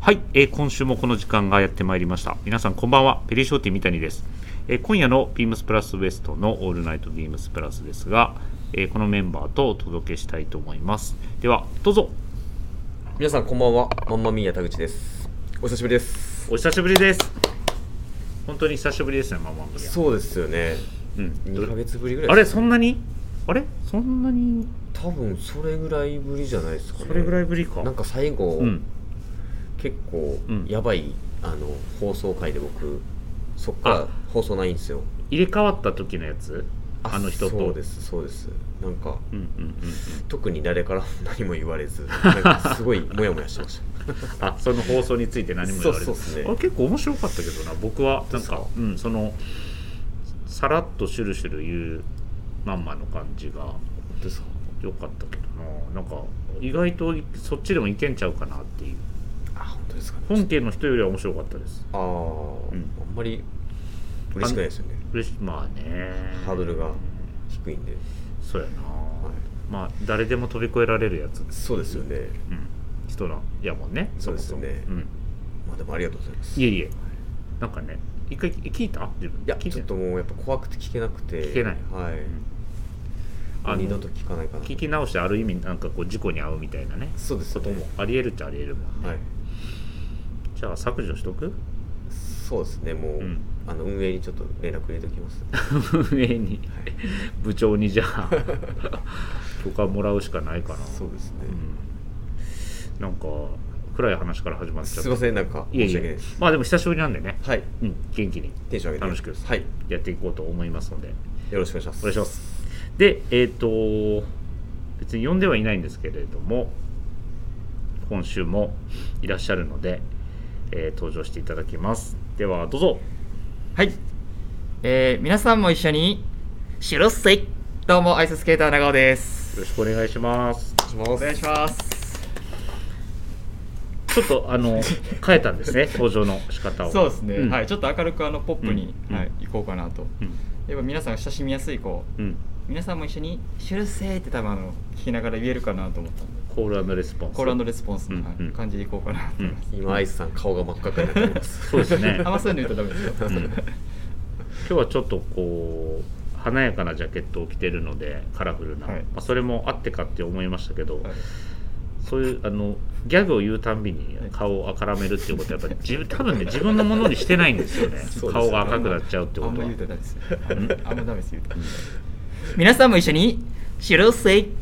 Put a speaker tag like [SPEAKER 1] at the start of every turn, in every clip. [SPEAKER 1] はい、えー今週もこの時間がやってまいりました皆さんこんばんはペリーショーティー三谷です、えー今夜のビームスプラスウエストのオールナイトビームスプラスですが、えーこのメンバーとお届けしたいと思いますではどうぞ
[SPEAKER 2] 皆さんこんばんはまんまみーや田口ですお久しぶりです
[SPEAKER 1] お久しぶりです本当に久しぶりですねママミヤ
[SPEAKER 2] そうですよね
[SPEAKER 1] うんど
[SPEAKER 2] 2
[SPEAKER 1] れ
[SPEAKER 2] ヶ月ぶりぐらい
[SPEAKER 1] あれそんなにあれそんなに
[SPEAKER 2] 多分それぐらいぶりじゃないですかね
[SPEAKER 1] それぐらいぶりか
[SPEAKER 2] なんか最後、
[SPEAKER 1] うん
[SPEAKER 2] 結構
[SPEAKER 1] うん
[SPEAKER 2] やばい、あの放送回で僕そっから
[SPEAKER 1] あ
[SPEAKER 2] 放送ないんですよ
[SPEAKER 1] 入れ替わった時のやつあの人と
[SPEAKER 2] そうですそうですなんか
[SPEAKER 1] うんうんうんうん
[SPEAKER 2] 特に誰からも何も言われず なんかすごいモヤモヤしてました
[SPEAKER 1] あその放送について何も言われず
[SPEAKER 2] そうそうっすね
[SPEAKER 1] あれ結構面白かったけどな僕はなん
[SPEAKER 2] です
[SPEAKER 1] か
[SPEAKER 2] か
[SPEAKER 1] うん、そのさらっとシュルシュル言うまんまの感じが
[SPEAKER 2] ですか
[SPEAKER 1] 良かったけどななんか意外とそっちでもいけんちゃうかなっていう
[SPEAKER 2] あ本当ですか
[SPEAKER 1] 本家の人よりは面白かったです
[SPEAKER 2] ああ、
[SPEAKER 1] うん
[SPEAKER 2] あんまり嬉しくないですよね
[SPEAKER 1] 嬉しまあね
[SPEAKER 2] ハードルが低いんで、
[SPEAKER 1] そうやな、
[SPEAKER 2] はい
[SPEAKER 1] まあ誰でも飛び越えられるやつ、
[SPEAKER 2] そうですよね
[SPEAKER 1] うん、人なんやもんね
[SPEAKER 2] そうですよ
[SPEAKER 1] も
[SPEAKER 2] ね
[SPEAKER 1] そもうん
[SPEAKER 2] まあでもありがとうございます
[SPEAKER 1] いえいえなんかね一回聞いた自分
[SPEAKER 2] いや
[SPEAKER 1] 聞い
[SPEAKER 2] ち
[SPEAKER 1] て
[SPEAKER 2] ょっ
[SPEAKER 1] ない
[SPEAKER 2] ともうやっぱ怖くて聞けなくて
[SPEAKER 1] 聞けない
[SPEAKER 2] はい、
[SPEAKER 1] あの
[SPEAKER 2] 二度と聞かないかな
[SPEAKER 1] 聞き直してある意味なんかこう事故に遭うみたいなね
[SPEAKER 2] そうです
[SPEAKER 1] こ
[SPEAKER 2] よ
[SPEAKER 1] と
[SPEAKER 2] ね
[SPEAKER 1] もありえるっちゃありえるもんね、
[SPEAKER 2] はい
[SPEAKER 1] じゃあ削除しとく
[SPEAKER 2] そうですねもう、
[SPEAKER 1] うん
[SPEAKER 2] あの運営にちょっと連絡入れておきます
[SPEAKER 1] 運営に部長にじゃあ許可もらうしかないかな
[SPEAKER 2] そうですね、
[SPEAKER 1] うんなんか暗い話から始まっちゃった
[SPEAKER 2] すいませんなんか
[SPEAKER 1] いえ
[SPEAKER 2] 申
[SPEAKER 1] い
[SPEAKER 2] し訳ない
[SPEAKER 1] え
[SPEAKER 2] です
[SPEAKER 1] まあでも久しぶりなんでね、
[SPEAKER 2] はい
[SPEAKER 1] うん、元気に
[SPEAKER 2] テンション上げて
[SPEAKER 1] 楽しく
[SPEAKER 2] はい
[SPEAKER 1] やっていこうと思いますので、
[SPEAKER 2] よろしくお願いします
[SPEAKER 1] お願いしますでえっ、と別に呼んではいないんですけれども今週もいらっしゃるので、えー登場していただきますではどうぞ
[SPEAKER 3] はい、えー、皆さんも一緒にシュロッセイどうもアイススケーター長尾です
[SPEAKER 1] よろしくお願いします
[SPEAKER 3] お願いします
[SPEAKER 1] ちょっとあ の変えたんですね登場の仕方を
[SPEAKER 3] そうですね、
[SPEAKER 1] ん
[SPEAKER 3] はいちょっと明るくあのポップに、
[SPEAKER 1] うん
[SPEAKER 3] はい、行こうかなと、
[SPEAKER 1] うん
[SPEAKER 3] やっぱ皆さんが親しみやすいこう
[SPEAKER 1] うん
[SPEAKER 3] 皆さんも一緒にシュロッセイって多分あの聞きながら言えるかなと思ったんで
[SPEAKER 1] コールレスポンス
[SPEAKER 3] コールレスポンスの、
[SPEAKER 1] うん
[SPEAKER 3] はい
[SPEAKER 1] うん
[SPEAKER 3] 感じでいこうかなと思います、
[SPEAKER 2] 今アイスさん顔が真っ赤っかになっております
[SPEAKER 1] そうですね
[SPEAKER 3] あんまそういうの言うとダメですよ、
[SPEAKER 1] うん今日はちょっとこう華やかなジャケットを着てるのでカラフルな、
[SPEAKER 3] はい
[SPEAKER 1] まあ、それもあってかって思いましたけど、
[SPEAKER 3] はい
[SPEAKER 1] そういうあのギャグを言うたんびに顔を赤らめるっていうことはやっぱり自分多分ね自分のものにしてないんです よね
[SPEAKER 2] そうですね
[SPEAKER 1] 顔が赤くなっちゃうってこ
[SPEAKER 3] あん
[SPEAKER 1] と
[SPEAKER 3] ま
[SPEAKER 1] は
[SPEAKER 3] 言うとダメですよ
[SPEAKER 1] ん
[SPEAKER 3] あんまダメです言うと皆さんも一緒にシュロッセイ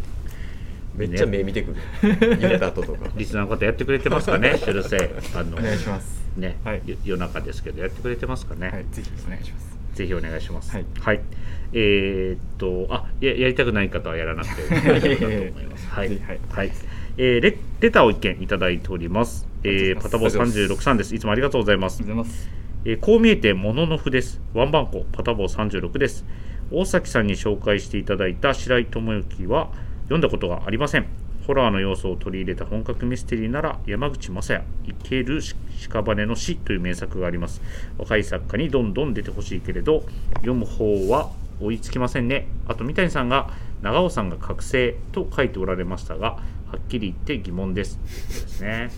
[SPEAKER 2] めっちゃ目見てくる入れた後とか
[SPEAKER 1] リスナーの方やってくれてますかねシュルセイあの
[SPEAKER 3] お願いします
[SPEAKER 1] ね、
[SPEAKER 3] はい
[SPEAKER 1] よ夜中ですけどやってくれてますかね、
[SPEAKER 3] はいぜひお願いします
[SPEAKER 1] ぜひお願いします
[SPEAKER 3] はい
[SPEAKER 1] えーっとあややりたくない方はやらな くていいだと思いますはい
[SPEAKER 3] ぜひはい
[SPEAKER 1] はいえーレレターを一件いただいております、えー、パタボー36さんですいつもありがとうございます
[SPEAKER 3] ありがとうございます
[SPEAKER 1] えーこう見えてモノノフです。ワンバンコパタボー36です。大崎さんに紹介していただいた白井智之は読んだことがありません。ホラーの要素を取り入れた本格ミステリーなら山口雅也「生ける屍の死」という名作があります。若い作家にどんどん出てほしいけれど読む方は追いつきませんね。あと三谷さんが長尾さんが覚醒と書いておられましたがはっきり言って疑問です。そうですね。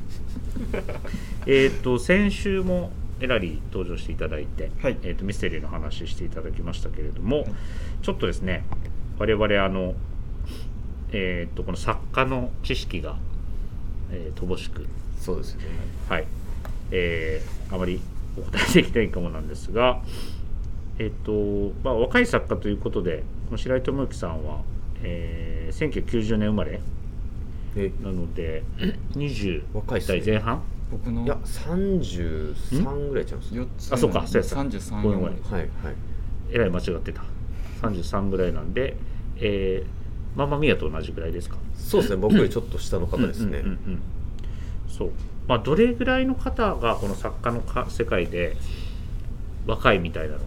[SPEAKER 1] えっと先週もエラリー登場していただいて、
[SPEAKER 3] はい
[SPEAKER 1] えー、とミステリーの話していただきましたけれども、ちょっとですね我々あの、えー、とこの作家の知識が、えー乏しく、
[SPEAKER 2] そうですよね
[SPEAKER 1] はいえーあまりお答えできないかもなんですが、えーとまあ、若い作家ということでこの白井智之さんは、えー1990年生まれ
[SPEAKER 2] え
[SPEAKER 1] なので20
[SPEAKER 2] 若いっすね
[SPEAKER 1] 代前半、
[SPEAKER 3] 僕の
[SPEAKER 2] いや33ぐらいちゃうんですよ
[SPEAKER 3] 4つ
[SPEAKER 1] あそうかそうやそうや
[SPEAKER 3] 三十三
[SPEAKER 1] ごめんごめん
[SPEAKER 2] はいはい
[SPEAKER 1] えらい間違ってた33ぐらいなんで、えー、ママミヤと同じぐらいですか
[SPEAKER 2] そうですね僕よりちょっと下の方ですね、
[SPEAKER 1] うんうんうんうんそうまあどれぐらいの方がこの作家のか世界で若いみたいなの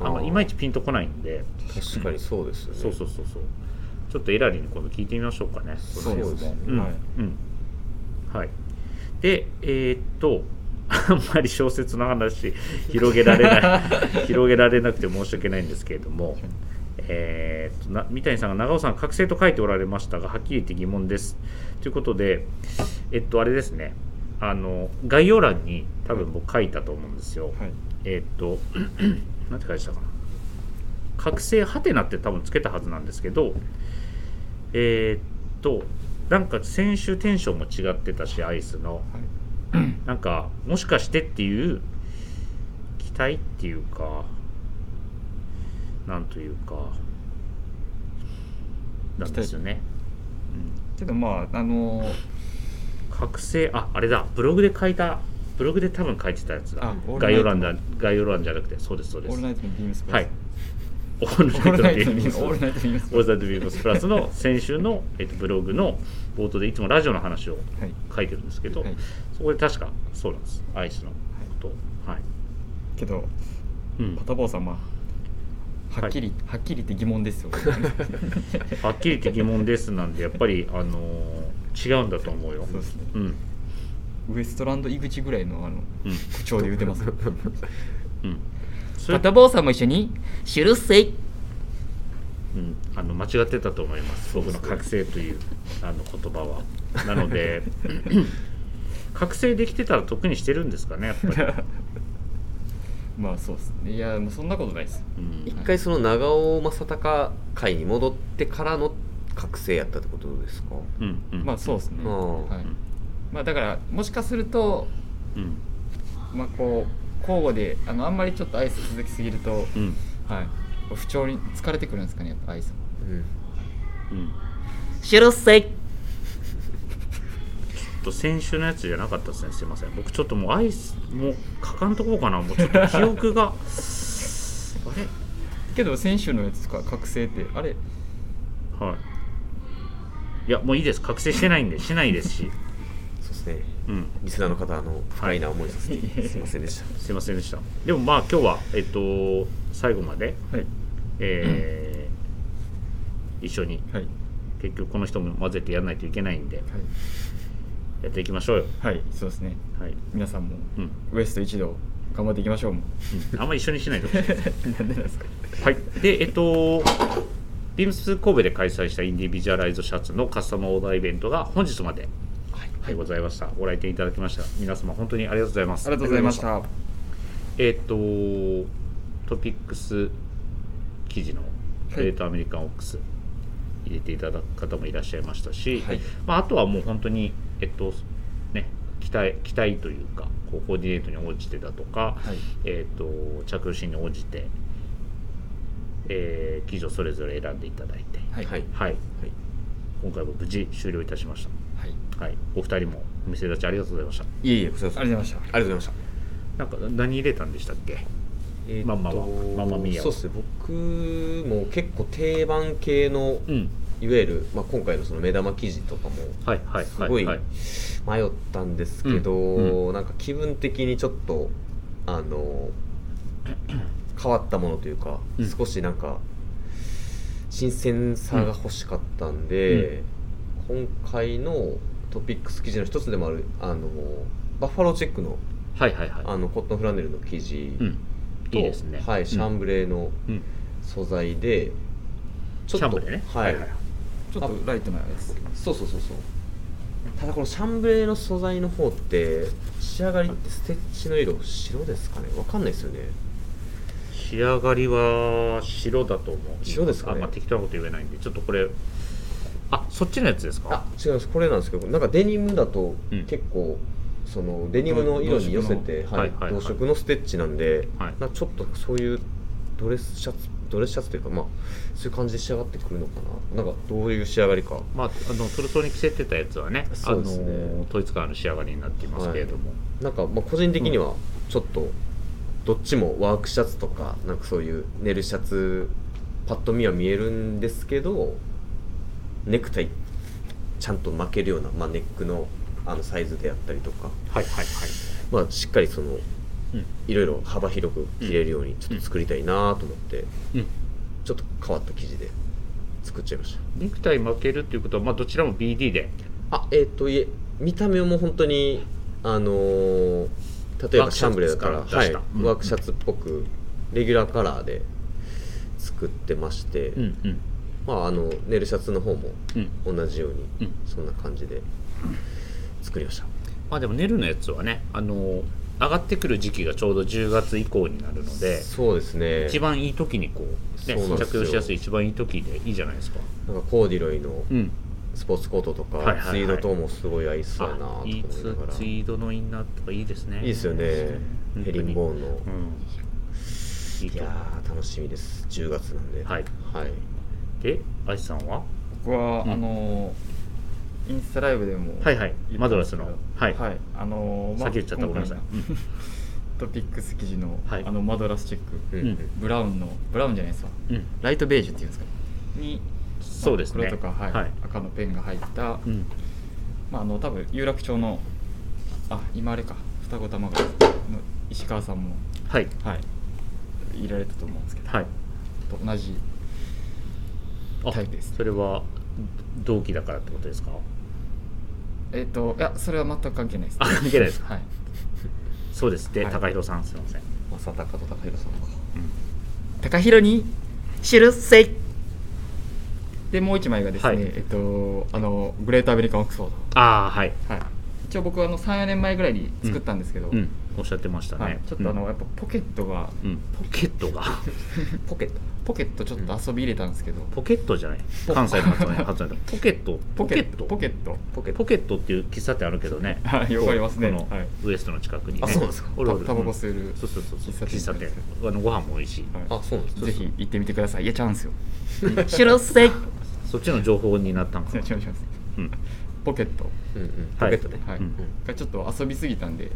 [SPEAKER 1] があんま
[SPEAKER 2] あー
[SPEAKER 1] いまいちピンとこないんで
[SPEAKER 2] 確かにそうですよね
[SPEAKER 1] そうそうそうそうちょっとエラリーに今度聞いてみましょうかね
[SPEAKER 3] そうですね
[SPEAKER 1] うん
[SPEAKER 3] はい
[SPEAKER 1] うんはい、でえーっと あんまり小説の話広げられない 広げられなくて申し訳ないんですけれども、えーっとな三谷さんが長尾さん覚醒と書いておられましたがはっきり言って疑問ですということでえっとあれですねあの概要欄に多分僕書いたと思うんですよ、
[SPEAKER 2] はい
[SPEAKER 1] えーっと なんて書いてたかな覚醒ハテナって多分つけたはずなんですけどえーっとなんか先週テンションも違ってたしアイスのなんかもしかしてっていう期待っていうかなんというかなんですよね、うん、
[SPEAKER 3] ちょっとまああのー
[SPEAKER 1] 覚醒ああれだブログで書いたブログで多分書いてたやつだ
[SPEAKER 3] あオールナイト
[SPEAKER 1] 概要欄だ概要欄じゃなくてそうですそう
[SPEAKER 3] オ
[SPEAKER 1] で
[SPEAKER 3] ー
[SPEAKER 1] す
[SPEAKER 3] ルナイトのビームスプ
[SPEAKER 1] は
[SPEAKER 3] ラ
[SPEAKER 1] いオー
[SPEAKER 3] ス
[SPEAKER 1] ル
[SPEAKER 3] オール
[SPEAKER 1] ナ
[SPEAKER 3] ナ
[SPEAKER 1] イ
[SPEAKER 3] イ
[SPEAKER 1] ト
[SPEAKER 3] ト
[SPEAKER 1] のビ
[SPEAKER 3] のビ
[SPEAKER 1] ー
[SPEAKER 3] ー
[SPEAKER 1] ム
[SPEAKER 3] ム
[SPEAKER 1] ス
[SPEAKER 3] ス
[SPEAKER 1] プ
[SPEAKER 3] オ
[SPEAKER 1] ラス
[SPEAKER 3] ールナイトの
[SPEAKER 1] オールナイトビ
[SPEAKER 3] ビームス
[SPEAKER 1] ームスプラスの先週の、えっとブログの冒頭でいつもラジオの話を
[SPEAKER 3] はい
[SPEAKER 1] 書いてるんですけど、
[SPEAKER 3] はい
[SPEAKER 1] そこで確かそうなんですアイスのことをはい、
[SPEAKER 3] けど
[SPEAKER 1] うん
[SPEAKER 3] パタボーさんまあはっきり、はっきり言って疑問です よ
[SPEAKER 1] はっきり言って疑問ですなんでやっぱりあのー違うんだと思うよ
[SPEAKER 3] そうですね
[SPEAKER 1] うん
[SPEAKER 3] ウエストランド井口ぐらいのあの
[SPEAKER 1] うん
[SPEAKER 3] 口調で言ってますよ
[SPEAKER 1] うんそれ
[SPEAKER 3] パタボーさんも一緒に「シュルセイ
[SPEAKER 1] うん、あの間違ってたと思います、僕の覚醒というあの言葉は。なの で、覚醒できてたら特にしてるんですかね、やっぱ り。
[SPEAKER 3] まあそうですねいやもうそんなことないです
[SPEAKER 1] うん
[SPEAKER 2] 一回その長尾正隆会に戻ってからの覚醒やったってことですか、
[SPEAKER 1] うんうん
[SPEAKER 3] まあそうですね、
[SPEAKER 2] うん
[SPEAKER 3] はい、まあだからもしかすると
[SPEAKER 1] うん
[SPEAKER 3] まあこう交互であのあんまりちょっとアイス続きすぎると、
[SPEAKER 1] うん
[SPEAKER 3] はい不調に疲れてくるんですかねやっぱアイスも
[SPEAKER 2] うん、
[SPEAKER 1] うん
[SPEAKER 3] シュルセイ
[SPEAKER 1] ちょっと先週のやつじゃなかったですね、すいません、僕ちょっともうアイス、もう書かんとこうかな、もうちょっと記憶が、あ
[SPEAKER 3] けど先週のやつとか覚醒ってあれ
[SPEAKER 1] れ、はい。いや、もういいです、覚醒してないんで、しないですし、
[SPEAKER 2] そうですね
[SPEAKER 1] うん、
[SPEAKER 2] リスナーの方あの不快な思いさせてすいませんでした
[SPEAKER 1] すいませんでした。でもまあ、今日は、えっと、最後まで、
[SPEAKER 3] はい
[SPEAKER 1] えー一緒に
[SPEAKER 3] はい
[SPEAKER 1] 結局この人も混ぜてやらないといけないんでやっていきましょうよ
[SPEAKER 3] はい、はい、そうですね
[SPEAKER 1] はい、
[SPEAKER 3] 皆さんも
[SPEAKER 1] うん
[SPEAKER 3] ウエスト一同頑張っていきまし ょうも
[SPEAKER 1] うんあんまり一緒にしないでほしい
[SPEAKER 3] うなんでなんですか
[SPEAKER 1] はいでえっとビームス神戸で開催したインディビジュアライズシャツのカスタムオーダーイベントが本日まではいございましたご来店いただきました皆様本当にありがとうございます
[SPEAKER 3] ありがとうございました
[SPEAKER 1] えっとトピックス記事のグレートアメリカンオックス入れていただく方もいらっしゃいましたし、
[SPEAKER 2] はい
[SPEAKER 1] まあ、あとはもう本当に、えっとね、期待期待というかこうコーディネートに応じてだとか、
[SPEAKER 3] はい
[SPEAKER 1] えっと着用シーンに応じて、えー記事をそれぞれ選んでいただいて、
[SPEAKER 3] はい
[SPEAKER 2] はい
[SPEAKER 1] はい、
[SPEAKER 2] はい
[SPEAKER 1] 今回も無事終了いたしまし
[SPEAKER 3] はい
[SPEAKER 1] た、はい、お二人もお店立ちありがとうございました
[SPEAKER 2] いえいえ、こちらこそ
[SPEAKER 3] ありがとうございました
[SPEAKER 2] ありがとうございました。
[SPEAKER 1] なんか何入れたんでしたっけ
[SPEAKER 2] え
[SPEAKER 1] まんまはまんまみやは
[SPEAKER 2] そうですね、僕も結構定番系の、
[SPEAKER 1] うん
[SPEAKER 2] いわゆる、まあ、今回のその目玉記事とかも、
[SPEAKER 1] はいはい
[SPEAKER 2] す
[SPEAKER 1] はい
[SPEAKER 2] ごい
[SPEAKER 1] はい
[SPEAKER 2] 迷ったんですけど、
[SPEAKER 1] うん
[SPEAKER 2] なんか気分的にちょっと、あの、変わったものというか、
[SPEAKER 1] うん
[SPEAKER 2] 少しなんか、新鮮さが欲しかったんで、今回のトピックス記事の一つでもある、あの、バッファローチェックの
[SPEAKER 1] はいはいはい
[SPEAKER 2] あのコットンフランネルの生地
[SPEAKER 1] うん
[SPEAKER 2] と、
[SPEAKER 1] いいですね
[SPEAKER 2] はい、シャン
[SPEAKER 1] ブ
[SPEAKER 2] ブレーの
[SPEAKER 1] うん
[SPEAKER 2] 素材で、ち
[SPEAKER 1] シャンブレね
[SPEAKER 2] はい、
[SPEAKER 3] ちょっとライトなやつ
[SPEAKER 2] そうそうそうそうただこのシャンブレーの素材の方って仕上がりってステッチの色白ですかねわかんないですよね
[SPEAKER 1] 仕上がりは白だと思う
[SPEAKER 2] 白ですかね
[SPEAKER 1] あ、まあ、適当なこと言えないんでちょっとこれあそっちのやつですか
[SPEAKER 2] あ違いますこれなんですけどなんかデニムだと
[SPEAKER 1] うん
[SPEAKER 2] 結構、そのデニムの色に寄せて
[SPEAKER 1] 同色の
[SPEAKER 2] はい
[SPEAKER 1] はいはいはい
[SPEAKER 2] 同色のステッチなんで、
[SPEAKER 1] はい
[SPEAKER 2] なんかちょっとそういうドレスシャツドレスシャツというかまあそういう感じで仕上がってくるのかななんかどういう仕上がりか
[SPEAKER 1] まあ、あのトルトに着せてたやつはねあ
[SPEAKER 2] そ
[SPEAKER 1] の
[SPEAKER 2] うですね
[SPEAKER 1] 統一感の仕上がりになっていますけれども、
[SPEAKER 2] なんかまあ個人的にはちょっとどっちもワークシャツとかなんかそういう寝るシャツパッと見は見えるんですけどネクタイちゃんと巻けるような、まあ、ネックのあのサイズであったりとか、
[SPEAKER 1] はい、はいはい
[SPEAKER 2] まあ、しっかりその
[SPEAKER 1] うん
[SPEAKER 2] いろいろ幅広く着れるようにちょっと作りたいなと思って
[SPEAKER 1] うん
[SPEAKER 2] ちょっと変わった生地で作っちゃいました
[SPEAKER 1] ネクタイ負けるっていうことは、まあ、どちらも BD で
[SPEAKER 2] あえっ、といえ見た目も本当にあのー例え
[SPEAKER 1] ワー
[SPEAKER 2] ば
[SPEAKER 1] ク
[SPEAKER 2] シ
[SPEAKER 1] シャ
[SPEAKER 2] ャ
[SPEAKER 1] ツ
[SPEAKER 2] ンブレーだから
[SPEAKER 1] から出した
[SPEAKER 2] はい
[SPEAKER 1] うん
[SPEAKER 2] ワークシャツっぽくレギュラーカラーで作ってまして、
[SPEAKER 1] うんうん
[SPEAKER 2] まああのネルシャツの方も
[SPEAKER 1] うん
[SPEAKER 2] 同じように、
[SPEAKER 1] うん
[SPEAKER 2] そんな感じで作りました
[SPEAKER 1] まあでもネルのやつはねあの上がってくる時期がちょうど10月以降になるので
[SPEAKER 2] そうですね
[SPEAKER 1] 一番いい時にこう、ね
[SPEAKER 2] そうなんです
[SPEAKER 1] 着
[SPEAKER 2] よ
[SPEAKER 1] 用しやすい一番いい時でいいじゃないですか
[SPEAKER 2] なんかコーディロイの
[SPEAKER 1] うん
[SPEAKER 2] スポーツコートと
[SPEAKER 1] はいはい
[SPEAKER 2] か
[SPEAKER 1] はい
[SPEAKER 2] ツイードともすごい合いそうやなと
[SPEAKER 1] あ
[SPEAKER 2] 思
[SPEAKER 1] い
[SPEAKER 2] い
[SPEAKER 1] い
[SPEAKER 2] な
[SPEAKER 1] ツ
[SPEAKER 2] がら
[SPEAKER 1] ツイ
[SPEAKER 2] い
[SPEAKER 1] ードのインナーとかいいですね
[SPEAKER 2] いですよね
[SPEAKER 1] うん
[SPEAKER 2] ヘリンボーンの
[SPEAKER 1] うんいい
[SPEAKER 2] い
[SPEAKER 1] と思
[SPEAKER 2] やー楽しみです10月なんで
[SPEAKER 1] うはい
[SPEAKER 2] はい、
[SPEAKER 1] で愛さんは
[SPEAKER 3] 僕は、
[SPEAKER 1] うん
[SPEAKER 3] あのインスタライブでも
[SPEAKER 1] はいはい
[SPEAKER 3] 言ったんですけど
[SPEAKER 1] マドラスのはい
[SPEAKER 3] あのまあ
[SPEAKER 1] 先言っちゃったごめんなさい
[SPEAKER 3] 今回のトピックス記事の、
[SPEAKER 1] はい
[SPEAKER 3] あのマドラスチェック、
[SPEAKER 2] うん
[SPEAKER 1] うん
[SPEAKER 3] ブラウンのブラウンじゃないですか
[SPEAKER 1] うん
[SPEAKER 3] ライトベージュっていうんですかに
[SPEAKER 1] そうですね
[SPEAKER 3] まあ黒とか、はい
[SPEAKER 1] はい
[SPEAKER 3] 赤のペンが入った、
[SPEAKER 1] うん
[SPEAKER 3] まああの多分有楽町のあ今あれか双子玉川の石川さんも
[SPEAKER 1] はい
[SPEAKER 3] はいいられたと思うんですけど、
[SPEAKER 1] はい
[SPEAKER 3] と同じ
[SPEAKER 1] あ
[SPEAKER 3] タイプです
[SPEAKER 1] それは同期だからってことですか
[SPEAKER 3] えっ、といやそれは全く関係ないです
[SPEAKER 1] あ関係ないですか
[SPEAKER 3] はい
[SPEAKER 1] そうですで、
[SPEAKER 3] はい
[SPEAKER 1] 高弘さんすいません、
[SPEAKER 2] 正隆と高弘さんか
[SPEAKER 3] 高弘に知るせいでもう一枚がですね、
[SPEAKER 1] はい
[SPEAKER 3] えっとあのグレートアメリカンオックスフォー
[SPEAKER 1] ああはい
[SPEAKER 3] ド、はい、一応僕はあの34年前ぐらいに作ったんですけど、
[SPEAKER 1] うんおっしゃってましたね、
[SPEAKER 3] はい、ちょっとあの、やっぱポケットが
[SPEAKER 1] うん、うんポケットがポケット
[SPEAKER 3] ポケットちょっと遊び入れたんですけど、
[SPEAKER 1] ポケットじゃない
[SPEAKER 3] ポ
[SPEAKER 1] 関西の発音発音だポケットポケット
[SPEAKER 3] ポケット
[SPEAKER 1] ポケットっていう喫茶店あるけどね
[SPEAKER 3] はいよくありますね
[SPEAKER 1] ここの
[SPEAKER 3] はい
[SPEAKER 1] ウエストの近くにね
[SPEAKER 2] あそうなんですか
[SPEAKER 1] おるおる
[SPEAKER 3] タタバコ吸える
[SPEAKER 1] うんそうそうそうそう喫
[SPEAKER 3] 喫
[SPEAKER 1] 茶
[SPEAKER 3] 茶
[SPEAKER 1] 店
[SPEAKER 3] 店
[SPEAKER 1] あのご飯も美味しい
[SPEAKER 3] はい
[SPEAKER 2] あそうなんです
[SPEAKER 3] ぜひ行ってみてくださいいやチャ ンスよ
[SPEAKER 4] 白ステーキ
[SPEAKER 1] そっちの情報になったんか
[SPEAKER 3] 違う
[SPEAKER 1] な
[SPEAKER 3] 違う違う
[SPEAKER 1] うん
[SPEAKER 3] ポケット
[SPEAKER 2] うんうんポ
[SPEAKER 1] はい
[SPEAKER 2] ケットね、
[SPEAKER 3] はい、
[SPEAKER 1] うん
[SPEAKER 3] がちょっと遊びすぎたんで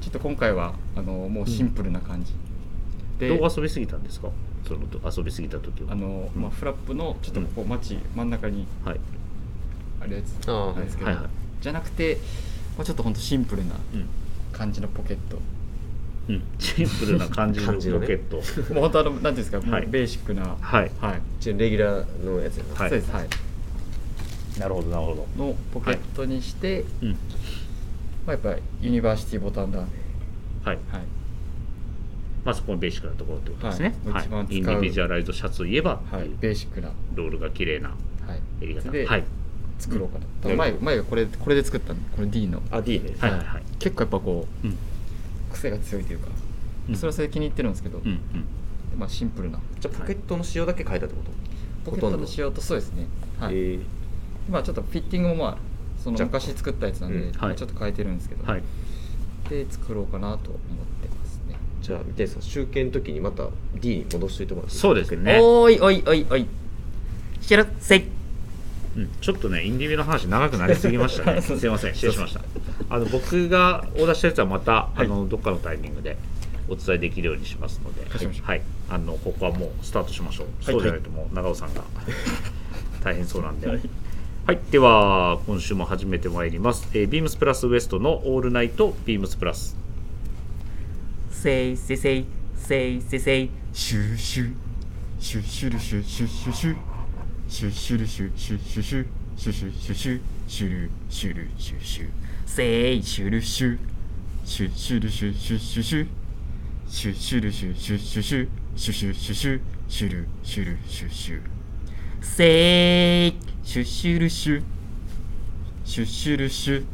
[SPEAKER 3] ちょっと今回はあのもうシンプルな感じ、で
[SPEAKER 1] どう遊びすぎたんですかそのと遊びすぎた時は
[SPEAKER 3] あの、まあ、フラップのちょっとこう街真ん中に
[SPEAKER 1] はい
[SPEAKER 3] あるやつ
[SPEAKER 2] あー
[SPEAKER 3] なんですけど、
[SPEAKER 1] はいはい
[SPEAKER 3] じゃなくて、まあ、ちょっとほんとシンプルな
[SPEAKER 1] うん
[SPEAKER 3] 感じのポケット
[SPEAKER 1] うんシンプルな感じの
[SPEAKER 2] 感じの
[SPEAKER 1] ロ
[SPEAKER 2] ね
[SPEAKER 1] ケット
[SPEAKER 3] もう本当あのなんていうんですか、もう
[SPEAKER 1] はい
[SPEAKER 3] ベーシックなは
[SPEAKER 1] はい
[SPEAKER 3] い、
[SPEAKER 2] 一応レギュラーのやつやな、
[SPEAKER 1] はい
[SPEAKER 3] そうですはい
[SPEAKER 1] なるほどなるほど
[SPEAKER 3] のポケットにして、
[SPEAKER 1] うん
[SPEAKER 3] まあ、やっぱりユニバーシティボタンダーメ
[SPEAKER 1] はい
[SPEAKER 3] ンはい
[SPEAKER 1] まあそこのベーシックなところってことですね
[SPEAKER 3] は
[SPEAKER 1] はい
[SPEAKER 3] 一番
[SPEAKER 1] い
[SPEAKER 3] 使う
[SPEAKER 1] インディビジュアライズドシャツといえばって
[SPEAKER 3] はい
[SPEAKER 1] いう、
[SPEAKER 3] ベーシックな、は、
[SPEAKER 1] ロールが綺麗ないやり方
[SPEAKER 3] で、
[SPEAKER 1] はい
[SPEAKER 3] 作ろうかと、
[SPEAKER 1] うん
[SPEAKER 3] 前前がこれこれで作ったんでこれ D の
[SPEAKER 2] あ D ね
[SPEAKER 1] はいはいはい
[SPEAKER 3] 結構やっぱこ
[SPEAKER 1] うん
[SPEAKER 3] う癖が強いというか、
[SPEAKER 1] うん
[SPEAKER 3] それはそれで気に入ってるんですけど、
[SPEAKER 1] うんうん
[SPEAKER 3] まあ、シンプルな
[SPEAKER 2] じゃあポケットの仕様だけ変えたってこと、
[SPEAKER 3] ポケットの仕様とそうですね、はい
[SPEAKER 2] えー
[SPEAKER 3] まあ、ちょっとフィッティングもまあその
[SPEAKER 2] 若干
[SPEAKER 3] 昔作ったやつなんで、
[SPEAKER 2] うん
[SPEAKER 1] はい
[SPEAKER 3] ちょっと変えてるんですけど、
[SPEAKER 1] はい
[SPEAKER 3] で作ろうかなと思ってますね
[SPEAKER 2] じゃあ三谷さん集計の時にまた D に戻しといてもらっていい
[SPEAKER 1] そうですね、
[SPEAKER 4] おーいおいおいおい白ステーキ
[SPEAKER 1] うん、ちょっとねインディビューの話長くなりすぎました ねすいません失礼しましたあの僕がオーダーしたやつはまた、あのどっかのタイミングでお伝えできるようにしますので、
[SPEAKER 3] かしこまりました
[SPEAKER 1] はい、あのここはもうスタートしましょう、そうじゃないともう長尾さ んが大変そうなんで。はい、では今週も始めてまいります、えー、ビームスプラスウエストの「オールナイトビームスプラス
[SPEAKER 4] せいせいせいせいせいせい
[SPEAKER 3] シュシュシュシュルシュシュシュシュシュシュルシュシュシュシュシュシュシュシュシュルシュルシュシュ
[SPEAKER 4] せい
[SPEAKER 3] シュルシュシュシュルシュシュシュシュシュシュルシュシュシュシュシュシュシュシュシュルシュルシュシュ
[SPEAKER 4] せい
[SPEAKER 3] シュシュルシュシュシュルシュシュ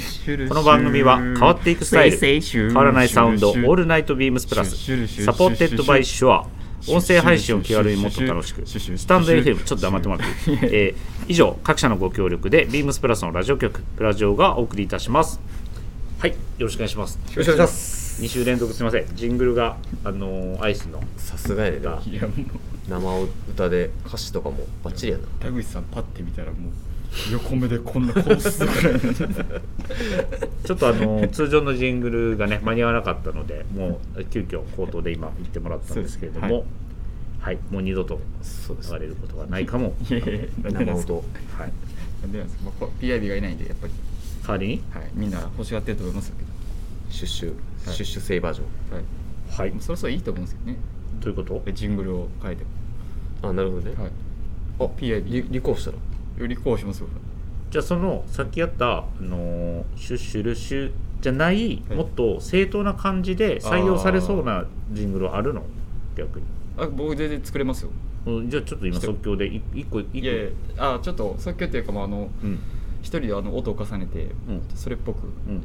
[SPEAKER 3] シュル」シュ
[SPEAKER 1] この番組は変わっていくスタイル
[SPEAKER 4] せいせい
[SPEAKER 1] 変わらないサウンド「オ
[SPEAKER 3] シュ
[SPEAKER 1] ールナイトビームスプラス」サポーテッドバイシュア音声配信を気軽にもっと楽しくスタンド FM ちょっと黙ってもらっていい、えー以上各社のご協力でビームスプラスのラジオ局プラジオがお送りいたしますはいよろしくお願いします
[SPEAKER 2] よろしくお願いします
[SPEAKER 1] 2週連続すみませんジングルがあのーアイスの
[SPEAKER 2] さすがやねでも
[SPEAKER 3] いやもう
[SPEAKER 2] 生歌で歌詞とかもバッチリやな
[SPEAKER 3] 田口さんパッて見たらもう横目でこんなこうするぐらいの
[SPEAKER 1] ちょっとあのー通常のジングルがね間に合わなかったのでもう急遽口頭で今言ってもらったんですけれども、
[SPEAKER 3] そう
[SPEAKER 1] はい
[SPEAKER 3] で、
[SPEAKER 1] もう二度と
[SPEAKER 2] そうです
[SPEAKER 1] 流れることがないかも、
[SPEAKER 3] いやいやなんで
[SPEAKER 2] 生
[SPEAKER 3] なんですか
[SPEAKER 2] 音
[SPEAKER 1] はい、
[SPEAKER 3] なんでなんですか、まあこ、PIB がいないんでやっぱり、
[SPEAKER 1] 代わりに
[SPEAKER 3] はい、みんな欲しがってると思いますけ
[SPEAKER 2] シュッシュシュッシュセイバージョン
[SPEAKER 3] ど、はい、
[SPEAKER 1] はい
[SPEAKER 3] もうそろそろいいと思うんですけどね
[SPEAKER 1] ということ
[SPEAKER 3] でジングルを変えても
[SPEAKER 2] あなるほどね、
[SPEAKER 3] はい
[SPEAKER 2] あ
[SPEAKER 3] PIB
[SPEAKER 2] り立候補したら
[SPEAKER 3] よりこうしますよ
[SPEAKER 1] じゃあそのさっきやった、あのーシュッシュルシュじゃない、
[SPEAKER 3] はい
[SPEAKER 1] もっと正当な感じで採用されそうなジングルはあるの逆に、
[SPEAKER 3] あ僕全然作れますよ
[SPEAKER 1] うん、じゃあちょっと今
[SPEAKER 3] 一人
[SPEAKER 1] 即興でい一個一個
[SPEAKER 3] いやいやあちょっと即興っていうかまああの
[SPEAKER 1] うん
[SPEAKER 3] 一人であの音を重ねて、
[SPEAKER 1] うん
[SPEAKER 3] それっぽく
[SPEAKER 1] うん、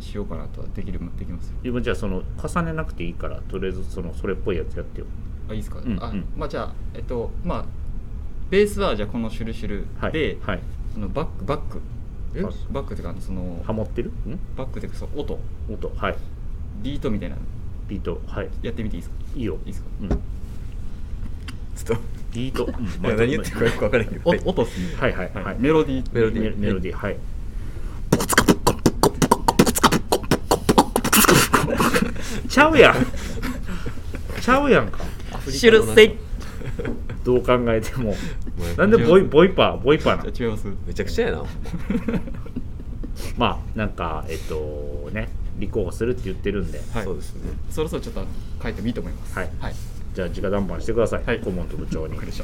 [SPEAKER 3] しようかなとはできるできますよ
[SPEAKER 1] 自分じゃあその重ねなくていいからとりあえずそのそれっぽいやつやってよ
[SPEAKER 3] あいいですか、
[SPEAKER 1] うん
[SPEAKER 3] あ
[SPEAKER 1] うん
[SPEAKER 3] まあじゃあえっとまあベースはじゃあこのシュルシュル
[SPEAKER 1] はい
[SPEAKER 3] で、
[SPEAKER 1] はい
[SPEAKER 3] そのバックバック
[SPEAKER 2] え
[SPEAKER 1] あ
[SPEAKER 3] バックっていうかあのその
[SPEAKER 1] ハモってるん
[SPEAKER 3] バックっていうかその音
[SPEAKER 1] 音はい
[SPEAKER 3] ビートみたいなの
[SPEAKER 1] ビートはい
[SPEAKER 3] やってみていいですか
[SPEAKER 1] いいよ
[SPEAKER 3] いいですか
[SPEAKER 1] うん
[SPEAKER 2] ちょっと
[SPEAKER 1] ビート、うん
[SPEAKER 2] いや 何言ってるかよく分からないけど、
[SPEAKER 3] お
[SPEAKER 2] はい
[SPEAKER 3] 音っすね
[SPEAKER 1] はいはいはい、
[SPEAKER 3] はいメロディー
[SPEAKER 2] メロディー
[SPEAKER 1] メメロディーはいちゃうやんちゃうやんか
[SPEAKER 4] シュルセイ
[SPEAKER 1] どう考えても
[SPEAKER 2] お前
[SPEAKER 1] なんでボイボイパーボイパーなの
[SPEAKER 3] じゃあ違います
[SPEAKER 2] めちゃくちゃやな
[SPEAKER 1] まあなんかえっとね立候補するって言ってるんで
[SPEAKER 3] はい
[SPEAKER 2] そうですね
[SPEAKER 3] そろそろちょっとあの書いてもいいと思います
[SPEAKER 1] はい
[SPEAKER 3] はい
[SPEAKER 1] じゃあ直談判してください、
[SPEAKER 3] はい
[SPEAKER 1] 顧問と部長に
[SPEAKER 3] わかりまし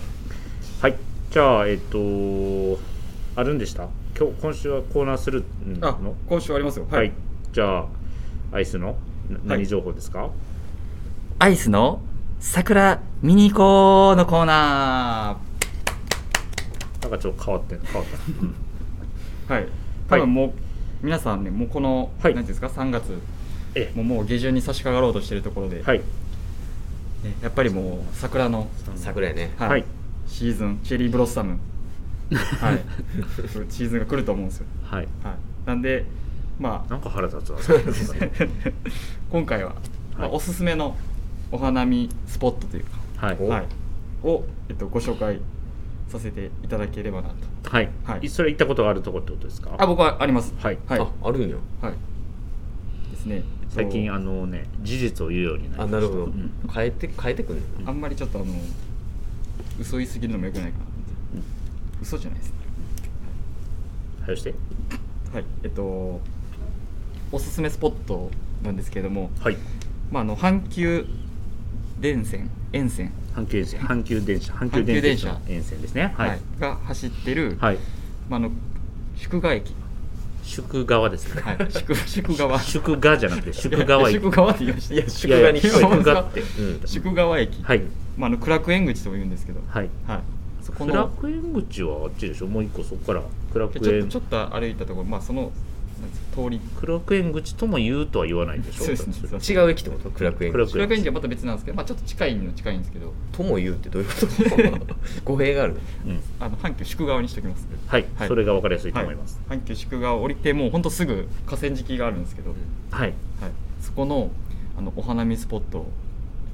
[SPEAKER 3] た
[SPEAKER 1] はいじゃあえっとあるんでした今日今週はコーナーするの
[SPEAKER 3] あ今週ありますよ
[SPEAKER 1] はい、じゃあアイスのな何情報ですか、
[SPEAKER 4] アイスの桜見に行こうのコーナ
[SPEAKER 1] なんかちょっと変わって変わったうん
[SPEAKER 3] はい、多分もう、皆さんね、もうこの、
[SPEAKER 1] はい
[SPEAKER 3] なんていうんですか、3月、
[SPEAKER 1] え
[SPEAKER 3] もうもう下旬に差し掛かろうとしているところで、
[SPEAKER 1] えはい
[SPEAKER 3] ねやっぱりもう桜の、
[SPEAKER 2] 桜やね
[SPEAKER 3] はい
[SPEAKER 1] はい
[SPEAKER 3] シーズン、チェリーブロッサム、はい、シーズンが来ると思うんですよ。
[SPEAKER 1] はい
[SPEAKER 3] はい、なんで、まあ、
[SPEAKER 1] なんか腹立つわそれ
[SPEAKER 3] 今回は、ま
[SPEAKER 1] は
[SPEAKER 3] あ
[SPEAKER 1] い
[SPEAKER 3] おすすめのお花見スポットというか、
[SPEAKER 1] はい
[SPEAKER 2] お
[SPEAKER 3] はい、を、えっと、ご紹介させていただければなと。
[SPEAKER 1] はい、
[SPEAKER 3] はい
[SPEAKER 1] いそれ行ったことがあるとこってことですか
[SPEAKER 3] あ、僕はあります。
[SPEAKER 1] はい
[SPEAKER 3] はい、
[SPEAKER 2] ああるんや
[SPEAKER 3] はい、ですね、えっと
[SPEAKER 1] 最近あのね事実を言うようになりま
[SPEAKER 2] あ
[SPEAKER 1] した
[SPEAKER 2] なるほど、
[SPEAKER 1] うん
[SPEAKER 2] 変えて変えてくんね
[SPEAKER 3] あんまりちょっとあの嘘言いすぎるのもよくないかなって嘘じゃないですね
[SPEAKER 1] はい押して
[SPEAKER 3] はいえっとおすすめスポットなんですけれども、
[SPEAKER 1] はい
[SPEAKER 3] まあ、あの阪急電線沿線、
[SPEAKER 1] 阪急電車阪急電車阪急電鉄の沿線ですねは
[SPEAKER 3] はい
[SPEAKER 1] い
[SPEAKER 3] が走ってる、
[SPEAKER 1] はい
[SPEAKER 3] まあ、あの宿賀駅、
[SPEAKER 1] 宿川ですね
[SPEAKER 3] はい、宿宿川
[SPEAKER 1] 宿川じゃなくて宿川行
[SPEAKER 3] 宿川って言いました
[SPEAKER 2] いや宿
[SPEAKER 1] いや
[SPEAKER 2] 川
[SPEAKER 1] いや
[SPEAKER 2] に聞こえ
[SPEAKER 1] 宿
[SPEAKER 2] て
[SPEAKER 1] 川って
[SPEAKER 2] るうん
[SPEAKER 3] 宿川駅、
[SPEAKER 1] はい
[SPEAKER 3] まあ、あの苦楽園口とも言うんですけど、
[SPEAKER 1] はい
[SPEAKER 3] はい、そこ
[SPEAKER 1] ク
[SPEAKER 3] の
[SPEAKER 1] ラク園口はあっちでしょもう一個そこからクラ
[SPEAKER 3] ち
[SPEAKER 1] ク
[SPEAKER 3] ょっと
[SPEAKER 1] 園
[SPEAKER 3] ちょっと歩いたところ、まあ、そのなんですか通り
[SPEAKER 1] クラク園口とも言うとは言わないでしょ
[SPEAKER 3] そうです
[SPEAKER 1] だっ
[SPEAKER 3] ね
[SPEAKER 1] て
[SPEAKER 3] そうですね
[SPEAKER 2] 違う駅ってこと苦楽園
[SPEAKER 1] 苦楽
[SPEAKER 3] 白園寺はまた別なんですけど、まあ、ちょっと近いのは近いんですけど
[SPEAKER 2] とも言うってどういうこと語弊がある
[SPEAKER 1] うん
[SPEAKER 3] あの阪急宿川にしておきます
[SPEAKER 1] はい、
[SPEAKER 3] はい
[SPEAKER 1] それが分かりやすいと思います
[SPEAKER 3] はい、阪急宿川を降りてもうほんとすぐ河川敷があるんですけど、
[SPEAKER 1] はい
[SPEAKER 3] はい、そこのあのお花見スポット、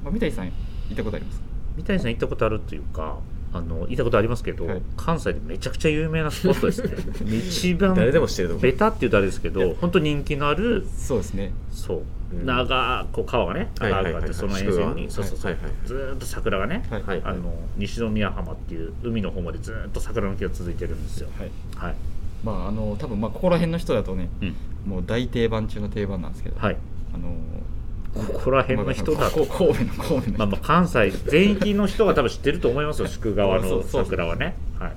[SPEAKER 3] まあ、三谷さん行ったことあります
[SPEAKER 1] 三谷さん行ったことあるというかあの行ったことありますけど、
[SPEAKER 3] はい
[SPEAKER 1] 関西でめちゃくちゃ有名なスポットですね 一番
[SPEAKER 2] 誰でも知ってると思
[SPEAKER 1] ベ
[SPEAKER 2] う
[SPEAKER 1] タって言うとあれですけど本当人気のある
[SPEAKER 3] そうですね
[SPEAKER 1] そう、
[SPEAKER 2] うん
[SPEAKER 1] 長こう川がね
[SPEAKER 2] はい
[SPEAKER 1] 長
[SPEAKER 2] はいはい
[SPEAKER 1] くあってその沿線に
[SPEAKER 2] 宿川
[SPEAKER 1] そうそうそう、
[SPEAKER 2] はいはいはい
[SPEAKER 1] ずーっと桜がね、
[SPEAKER 3] はい
[SPEAKER 2] はい
[SPEAKER 1] あの西宮浜っていう海の方までずーっと桜の木が続いてるんですよ
[SPEAKER 3] はい
[SPEAKER 1] はい、
[SPEAKER 3] まああの多分まあここら辺の人だとね
[SPEAKER 1] うん、
[SPEAKER 3] もう大定番中の定番なんですけど、
[SPEAKER 1] はい
[SPEAKER 3] あの
[SPEAKER 1] ここら辺の人だ、
[SPEAKER 3] ことこ神戸の神戸の人、
[SPEAKER 1] まあ、まあ関西全域の人が多分知ってると思いますよ宿川
[SPEAKER 3] そ
[SPEAKER 1] の
[SPEAKER 3] うそう
[SPEAKER 1] 桜はねはい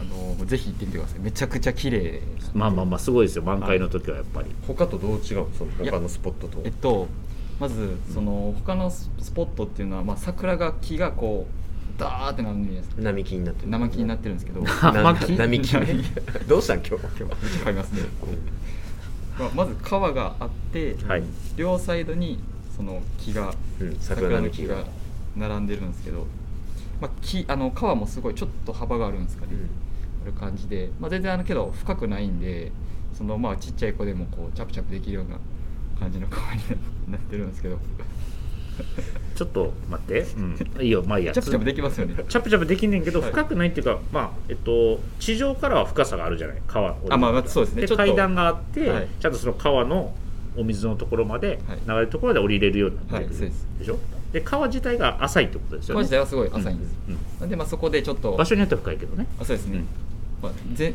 [SPEAKER 3] あのぜひ行ってみてくださいめちゃくちゃ綺麗で
[SPEAKER 1] まあまあまあすごいですよ満開の時はやっぱり
[SPEAKER 2] 他とどう違うその他のスポットと
[SPEAKER 3] えっとまずその他のススポットっていうのは、まあ、桜が木がこうダーってなるんじゃないですか
[SPEAKER 2] 並木になってる
[SPEAKER 3] 生木になってるんですけど今
[SPEAKER 1] あ
[SPEAKER 2] な
[SPEAKER 1] 生木
[SPEAKER 2] 並木ねどうしたん今日
[SPEAKER 3] 日はめっちゃ買いますね、まあ、まず川があって、
[SPEAKER 1] はい
[SPEAKER 3] 両サイドにその木が
[SPEAKER 2] うん
[SPEAKER 3] 桜
[SPEAKER 2] 桜
[SPEAKER 3] の
[SPEAKER 2] 並
[SPEAKER 3] 木
[SPEAKER 2] 木が
[SPEAKER 3] が並んでるんですけど、まあ、木あの川もすごいちょっと幅があるんですかね、ある感じで、まあ、全然あのけど深くないんでそのまあちっちゃい子でもこうチャプチャプできるような感じの川になってるんですけど
[SPEAKER 1] ちょっと待って、うん、いいよまあいいや
[SPEAKER 3] チャプチャプできますよね
[SPEAKER 1] チャプチャプできんねんけど
[SPEAKER 3] はい
[SPEAKER 1] 深くないっていうか、まあえっと地上からは深さがあるじゃない川
[SPEAKER 3] あまあまあそうですね
[SPEAKER 1] で
[SPEAKER 3] ちょっと
[SPEAKER 1] 階段があって、
[SPEAKER 3] はい
[SPEAKER 1] ちゃんとその川のお水のところまで、
[SPEAKER 3] はい
[SPEAKER 1] 流れるところまで降りれるようになって
[SPEAKER 3] はい
[SPEAKER 1] る、
[SPEAKER 3] そうです
[SPEAKER 1] でしょで川自体が浅いってことですよ
[SPEAKER 3] 川
[SPEAKER 1] ね
[SPEAKER 3] 自体はすごい浅いんです、
[SPEAKER 1] うん
[SPEAKER 3] なんでまあそこでちょっと
[SPEAKER 1] 場所によっては深いけどね
[SPEAKER 3] あそうですね、
[SPEAKER 1] うん
[SPEAKER 3] まあ、ぜ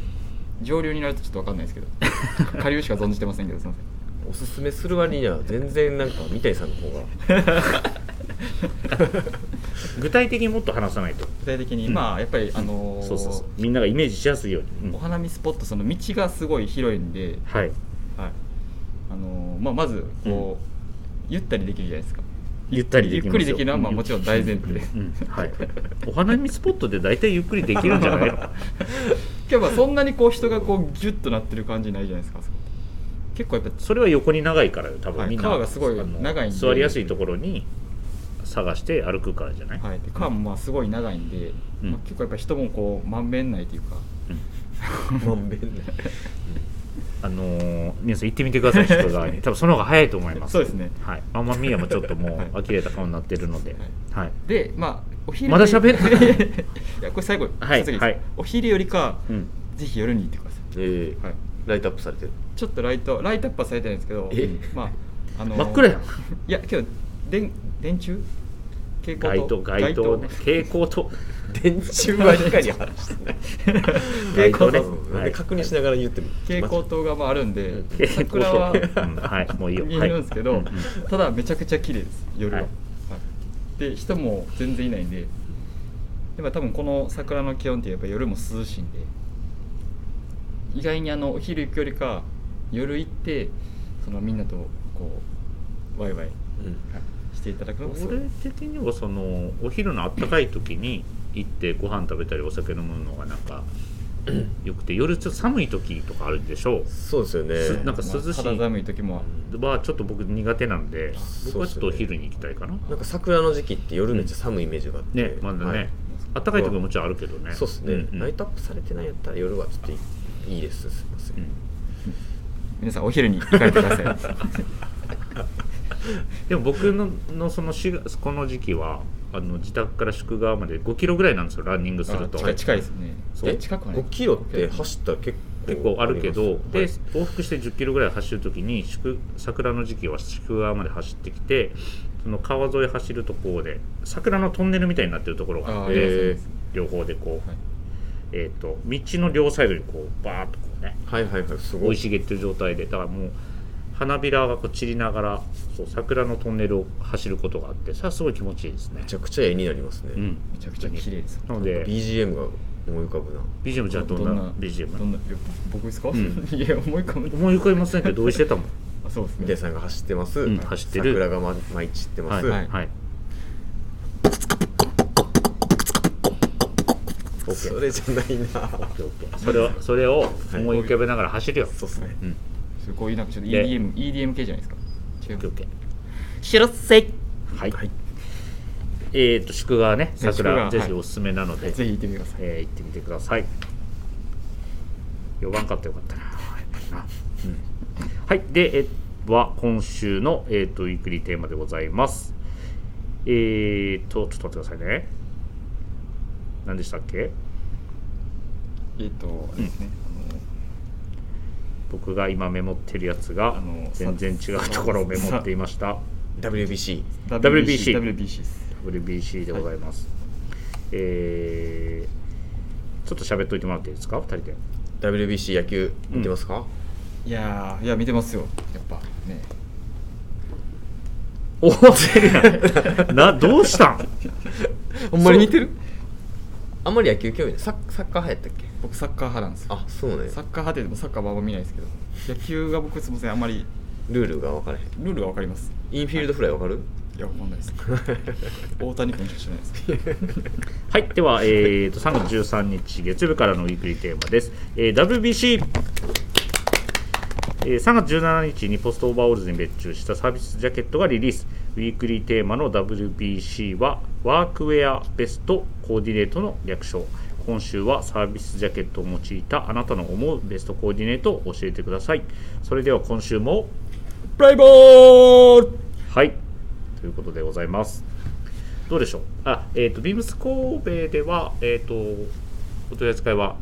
[SPEAKER 3] 上流になるとちょっとわかんないですけど 下流しか存じてませんけどすいませ
[SPEAKER 2] おすすめする割には全然なんか三谷さんの方が
[SPEAKER 1] 具体的にもっと話さないと、
[SPEAKER 3] ん具体的に、
[SPEAKER 1] うん
[SPEAKER 3] まあやっぱりあのー
[SPEAKER 1] そうそうそうみんながイメージしやすいように、うん
[SPEAKER 3] お花見スポットその道がすごい広いんで、
[SPEAKER 1] はい
[SPEAKER 3] はいあのーまあ、まずこう、ゆったりできるじゃないですか
[SPEAKER 1] ゆったり
[SPEAKER 3] ゆ
[SPEAKER 1] で
[SPEAKER 3] っ
[SPEAKER 1] きますよ
[SPEAKER 3] くりできるのはまあもちろん大前提で
[SPEAKER 1] うんはい、お花見スポットで大体ゆっくりできるんじゃない
[SPEAKER 3] 結けばそんなにこう人がこうギュッとなってる感じないじゃないですかあそこ結構やっぱ
[SPEAKER 1] それは横に長いからよ多分、
[SPEAKER 3] はい
[SPEAKER 1] みんな
[SPEAKER 3] 川がすごい
[SPEAKER 1] あの
[SPEAKER 3] 長いんで
[SPEAKER 1] 座りやすいところに探して歩くからじゃない、
[SPEAKER 3] はい、で川もまあすごい長いんで、
[SPEAKER 1] うん
[SPEAKER 3] まあ、結構やっぱ人もこうまんべんないというか
[SPEAKER 2] ま んべんない
[SPEAKER 1] あのー皆さん行ってみてくださ い人側に多分その方が早いと思います
[SPEAKER 3] そうですね
[SPEAKER 1] はいマンマミーヤもちょっともう
[SPEAKER 3] はい
[SPEAKER 1] 呆れた顔になってるのではい、
[SPEAKER 3] でまあお昼
[SPEAKER 1] まだ喋
[SPEAKER 3] る
[SPEAKER 1] る
[SPEAKER 3] いやこれ最後、
[SPEAKER 1] はい
[SPEAKER 3] 一つだけです
[SPEAKER 1] はい
[SPEAKER 3] お昼よりか
[SPEAKER 1] うん
[SPEAKER 3] ぜひ夜に行ってください、
[SPEAKER 2] ええ
[SPEAKER 3] はい、
[SPEAKER 2] ライトアップされてる
[SPEAKER 3] ちょっとライトライトアップはされてないんですけど
[SPEAKER 2] え
[SPEAKER 3] まああの
[SPEAKER 1] 真っ暗やん
[SPEAKER 3] いやけど電電柱蛍
[SPEAKER 1] 街
[SPEAKER 3] 光
[SPEAKER 1] 灯
[SPEAKER 3] 灯
[SPEAKER 1] 街灯ね蛍光灯
[SPEAKER 2] 電柱は光に話してない
[SPEAKER 1] 街灯ね
[SPEAKER 2] 蛍光灯
[SPEAKER 1] はい
[SPEAKER 2] 確認しながら言っても
[SPEAKER 3] 蛍光灯がまああるんで
[SPEAKER 1] 蛍光灯
[SPEAKER 3] 桜は
[SPEAKER 1] うんはいもういいよ
[SPEAKER 3] 見
[SPEAKER 1] は
[SPEAKER 3] え
[SPEAKER 1] い
[SPEAKER 3] るんですけど、
[SPEAKER 1] うんうん
[SPEAKER 3] ただめちゃくちゃ綺麗です夜
[SPEAKER 1] はい
[SPEAKER 3] は、はいで人も全然いないんででも多分この桜の気温ってやっぱ夜も涼しいんで意外にあのお昼行くよりか夜行ってそのみんなとこうワイワイしていただくのがすごい
[SPEAKER 1] 俺的にはそのお昼のあったかい時に行ってご飯食べたりお酒飲むのがなんかよくて夜ちょっと寒い時とかあるでしょ
[SPEAKER 2] そうですよね
[SPEAKER 1] すなんか涼しい
[SPEAKER 3] まあ肌寒い時もある
[SPEAKER 1] うはちょっと僕苦手なんで僕はちょっとお昼に行きたいかな
[SPEAKER 2] なんか桜の時期って夜めっちゃ寒いイメージがあって、
[SPEAKER 1] ねまだね、
[SPEAKER 2] はい
[SPEAKER 1] あったかい時ももちろんあるけどね
[SPEAKER 2] そうですね、
[SPEAKER 1] んん
[SPEAKER 2] ライトアップされてないやったら夜はちょっといいいいですすいません、
[SPEAKER 1] うん
[SPEAKER 3] 皆さんお昼に行かれてください
[SPEAKER 1] でも僕ののそのしがこの時期はあの自宅から宿川まで5キロぐらいなんですよランニングすると
[SPEAKER 3] あ近い近いですね
[SPEAKER 1] そう
[SPEAKER 3] え近くはない
[SPEAKER 2] 5キロって走ったら結構
[SPEAKER 1] 結構あるけどで、
[SPEAKER 2] ります
[SPEAKER 1] 往復して1 0キロぐらい走るときに宿桜の時期は宿川まで走ってきてその川沿い走るところで桜のトンネルみたいになってるところがあっ
[SPEAKER 3] あーあります
[SPEAKER 1] て
[SPEAKER 3] ね
[SPEAKER 1] 両方でこう、
[SPEAKER 3] はい
[SPEAKER 1] えー、と道の両サイドにこうバーッとこうね
[SPEAKER 2] はい、はいはいはいすご
[SPEAKER 1] 生
[SPEAKER 2] い
[SPEAKER 1] い茂ってる状態でだからもう花びらがこう散りながらそう桜のトンネルを走ることがあってそれはすごい気持ちいいですね
[SPEAKER 2] めち。ゃくちゃ絵になりますね、
[SPEAKER 1] うん、
[SPEAKER 3] めちゃくちゃ綺麗です
[SPEAKER 1] なので
[SPEAKER 2] BGM が思い浮かぶな
[SPEAKER 1] BGM じゃあどんな BGM
[SPEAKER 3] どんないや僕ですか、
[SPEAKER 1] うん
[SPEAKER 3] いや思い浮かぶ
[SPEAKER 1] 思い浮かびませんけど同意してたもん。
[SPEAKER 3] あそうです
[SPEAKER 2] 三
[SPEAKER 3] ね
[SPEAKER 2] 谷さんが走ってます、
[SPEAKER 1] うん走ってる
[SPEAKER 2] 桜がま舞い散ってま
[SPEAKER 1] はい
[SPEAKER 2] す、
[SPEAKER 1] はい
[SPEAKER 3] い
[SPEAKER 1] はい
[SPEAKER 2] それじゃないな
[SPEAKER 1] それをそれを思い浮かべながら走るよ。
[SPEAKER 2] そうですね
[SPEAKER 1] うん。
[SPEAKER 3] それこういうなんかちょっと
[SPEAKER 1] で
[SPEAKER 3] EDM, EDM 系じゃないですか違う
[SPEAKER 1] オッケーオッケ
[SPEAKER 4] 白瀬
[SPEAKER 1] ーはい。
[SPEAKER 2] はい
[SPEAKER 1] えっと宿川ね
[SPEAKER 3] 宿
[SPEAKER 1] 桜
[SPEAKER 3] 川
[SPEAKER 1] ぜ
[SPEAKER 3] は
[SPEAKER 1] ひ
[SPEAKER 3] い
[SPEAKER 1] おすすめなので、
[SPEAKER 3] ぜひ行ってみてください
[SPEAKER 1] えー行ってみてください。呼ばんかったらよかったな。やっぱりなうんはいでえは今週のえっ、とウィークリーテーマでございます。えっ、とちょっと待ってくださいね。何でしたっけ？
[SPEAKER 3] えっ、とあれですね、
[SPEAKER 1] 僕が今メモってるやつ
[SPEAKER 3] あ
[SPEAKER 1] が
[SPEAKER 3] の
[SPEAKER 1] 全然違うところをメモっていました
[SPEAKER 2] WBC
[SPEAKER 3] あの
[SPEAKER 1] WBC
[SPEAKER 3] WBC です、
[SPEAKER 1] WBC でございます、えーちょっと喋っといてもらっていいですか2人で
[SPEAKER 2] WBC 野球見てますか、
[SPEAKER 3] いやーいや見てますよやっぱね
[SPEAKER 1] おお などうしたん
[SPEAKER 2] ほんまに見てるあんまり野球興味ないサッサッカー派やったっけ
[SPEAKER 3] 僕サッカー派なんですよ
[SPEAKER 2] あそうね
[SPEAKER 3] サッカー派でもサッカーはあんま見ないですけど野球が僕すみませんあんまり
[SPEAKER 2] ルールが分からへん
[SPEAKER 3] ルールがわかります
[SPEAKER 2] インフィールドフライ分かる、
[SPEAKER 3] いやわかんないです大谷君しか知らないです
[SPEAKER 1] はいでは、えー、と3月13日月曜日からのウィークリーテーマです、えー WBC えー3月17日にポストオーバーオールズに別注したサービスジャケットがリリースウィークリーテーマの WBC はワークウェアベストコーディネートの略称今週はサービスジャケットを用いたあなたの思うベストコーディネートを教えてくださいそれでは今週も
[SPEAKER 3] プライボール
[SPEAKER 1] はいということでございますどうでしょうあえっ、とビームス神戸ではえっ、とお取り扱いは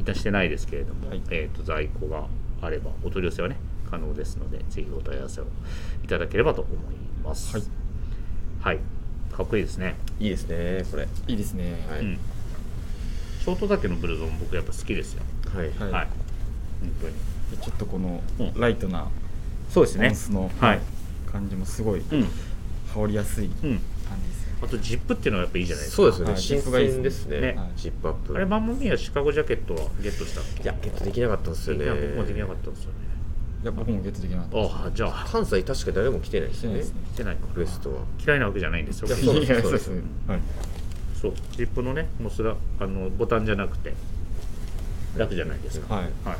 [SPEAKER 1] 一旦してないですけれども、
[SPEAKER 3] はい
[SPEAKER 1] えっ、と在庫があればお取り寄せはね可能ですのでぜひお問い合わせをいただければと思います
[SPEAKER 3] はい、
[SPEAKER 1] はいかっこいいですね、
[SPEAKER 2] いいですねこれ
[SPEAKER 3] いいですね、
[SPEAKER 2] は
[SPEAKER 1] う
[SPEAKER 2] い、
[SPEAKER 1] ん、ショート丈のブルゾン僕やっぱ好きですよ
[SPEAKER 2] はい
[SPEAKER 3] はい
[SPEAKER 1] はい本当に
[SPEAKER 3] でちょっとこの
[SPEAKER 1] うん
[SPEAKER 3] ライトな
[SPEAKER 1] そうです
[SPEAKER 3] ポン
[SPEAKER 1] ね
[SPEAKER 3] スの
[SPEAKER 1] はい
[SPEAKER 3] 感じもすごい
[SPEAKER 1] うん
[SPEAKER 3] 羽織りやすい
[SPEAKER 1] うん
[SPEAKER 3] 感じですよ
[SPEAKER 1] あとジップっていうのはやっぱいいじゃないですか
[SPEAKER 2] そうですよね、
[SPEAKER 3] はい
[SPEAKER 2] 新鮮ですね
[SPEAKER 1] ね
[SPEAKER 3] はい
[SPEAKER 2] ジップアップ
[SPEAKER 1] あれマンモミアシカゴジャケットはゲットしたっけ
[SPEAKER 2] いやゲットできなかったんですよ
[SPEAKER 1] い
[SPEAKER 2] ね
[SPEAKER 1] や僕もできなかったんですよね
[SPEAKER 3] いや僕もゲットできなかった
[SPEAKER 1] ああじゃあ
[SPEAKER 2] 関西確か誰も来てないですよね
[SPEAKER 3] 来てない
[SPEAKER 1] 来てないか
[SPEAKER 2] ウエストは
[SPEAKER 1] 嫌いなわけじゃないんですよ
[SPEAKER 2] いや
[SPEAKER 1] 僕そうん
[SPEAKER 2] そうな
[SPEAKER 3] い
[SPEAKER 2] です
[SPEAKER 3] やそうですねはい
[SPEAKER 1] ジップのねもうすらあのボタンじゃなくて楽じゃないですか、
[SPEAKER 3] はい
[SPEAKER 1] はい、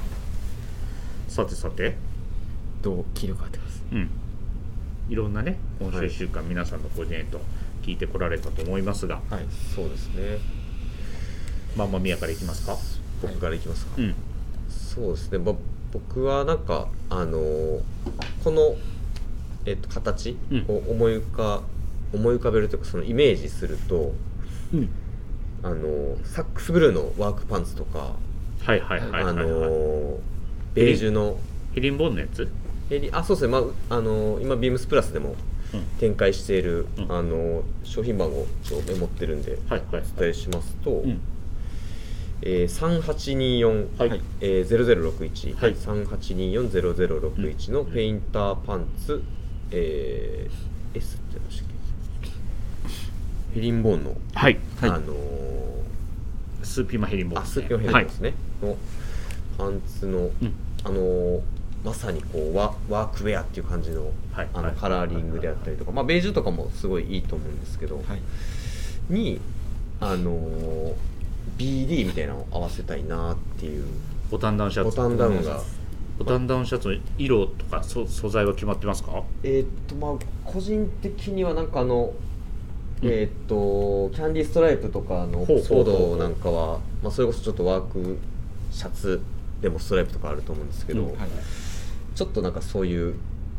[SPEAKER 1] さてさて
[SPEAKER 4] どう切るかってことです
[SPEAKER 1] うん、いろんなね今週1週間皆さんのコーディネート聞いてこられたと思いますが、
[SPEAKER 4] はい
[SPEAKER 2] そうですね
[SPEAKER 1] まあまあ宮からいきますか
[SPEAKER 2] 僕からいきますか、
[SPEAKER 1] うん
[SPEAKER 2] そうですねぼ僕はなんかあのーこの、えっと、形
[SPEAKER 1] うん
[SPEAKER 2] を思い浮か、思い浮かべるというかそのイメージすると
[SPEAKER 1] うん
[SPEAKER 2] あのーサックスブルーのワークパンツとか、
[SPEAKER 1] はいはいはいは
[SPEAKER 2] あ
[SPEAKER 1] い
[SPEAKER 2] の
[SPEAKER 1] はい、
[SPEAKER 2] ーベージュの
[SPEAKER 1] ヘリンボーンのやつ
[SPEAKER 2] えりあそうですね、まああのー今ビームスプラスでも
[SPEAKER 1] うん
[SPEAKER 2] 展開している、
[SPEAKER 1] うん
[SPEAKER 2] あのー商品番号をメモってるんで、
[SPEAKER 1] はいはい
[SPEAKER 2] お伝えしますと、
[SPEAKER 1] うん
[SPEAKER 2] えー、3824、
[SPEAKER 1] はい、
[SPEAKER 3] はい
[SPEAKER 2] えー、0061、
[SPEAKER 1] はい
[SPEAKER 2] 3824-0061のペインターパンツ、えー、S って言いましたっけヘリンボーンの、
[SPEAKER 1] はい
[SPEAKER 4] はい
[SPEAKER 2] あのー
[SPEAKER 1] スーピマヘリンボーン
[SPEAKER 2] あスーピオヘリンボーンですね、のパンツの、
[SPEAKER 1] うん
[SPEAKER 2] あのーまさにこうワワークウェアっていう感じの,、
[SPEAKER 1] はい
[SPEAKER 2] あ
[SPEAKER 1] は
[SPEAKER 2] の
[SPEAKER 1] い
[SPEAKER 2] カラーリングであったりとか、まあ、ベージュとかもすごいいいと思うんですけど、
[SPEAKER 3] はい
[SPEAKER 2] に、あのー BD みたいなのを合わせたいなっていう
[SPEAKER 1] ボタンダウンシャツ
[SPEAKER 2] ボタンダウンが、
[SPEAKER 1] ボタンダウンシャツの色とかそ素材は決まってますか
[SPEAKER 2] えーっとまあ個人的にはなんかあの、えーっとキャンディーストライプとかのオ
[SPEAKER 1] ほう
[SPEAKER 2] ックスフ
[SPEAKER 1] ほ
[SPEAKER 2] ォ
[SPEAKER 1] うほうほ
[SPEAKER 2] ード
[SPEAKER 1] う
[SPEAKER 2] なんかは、まあ、それこそちょっとワークシャツでもストライプとかあると思うんですけど、
[SPEAKER 1] うん
[SPEAKER 3] はい
[SPEAKER 2] ちょっとなんかそういう、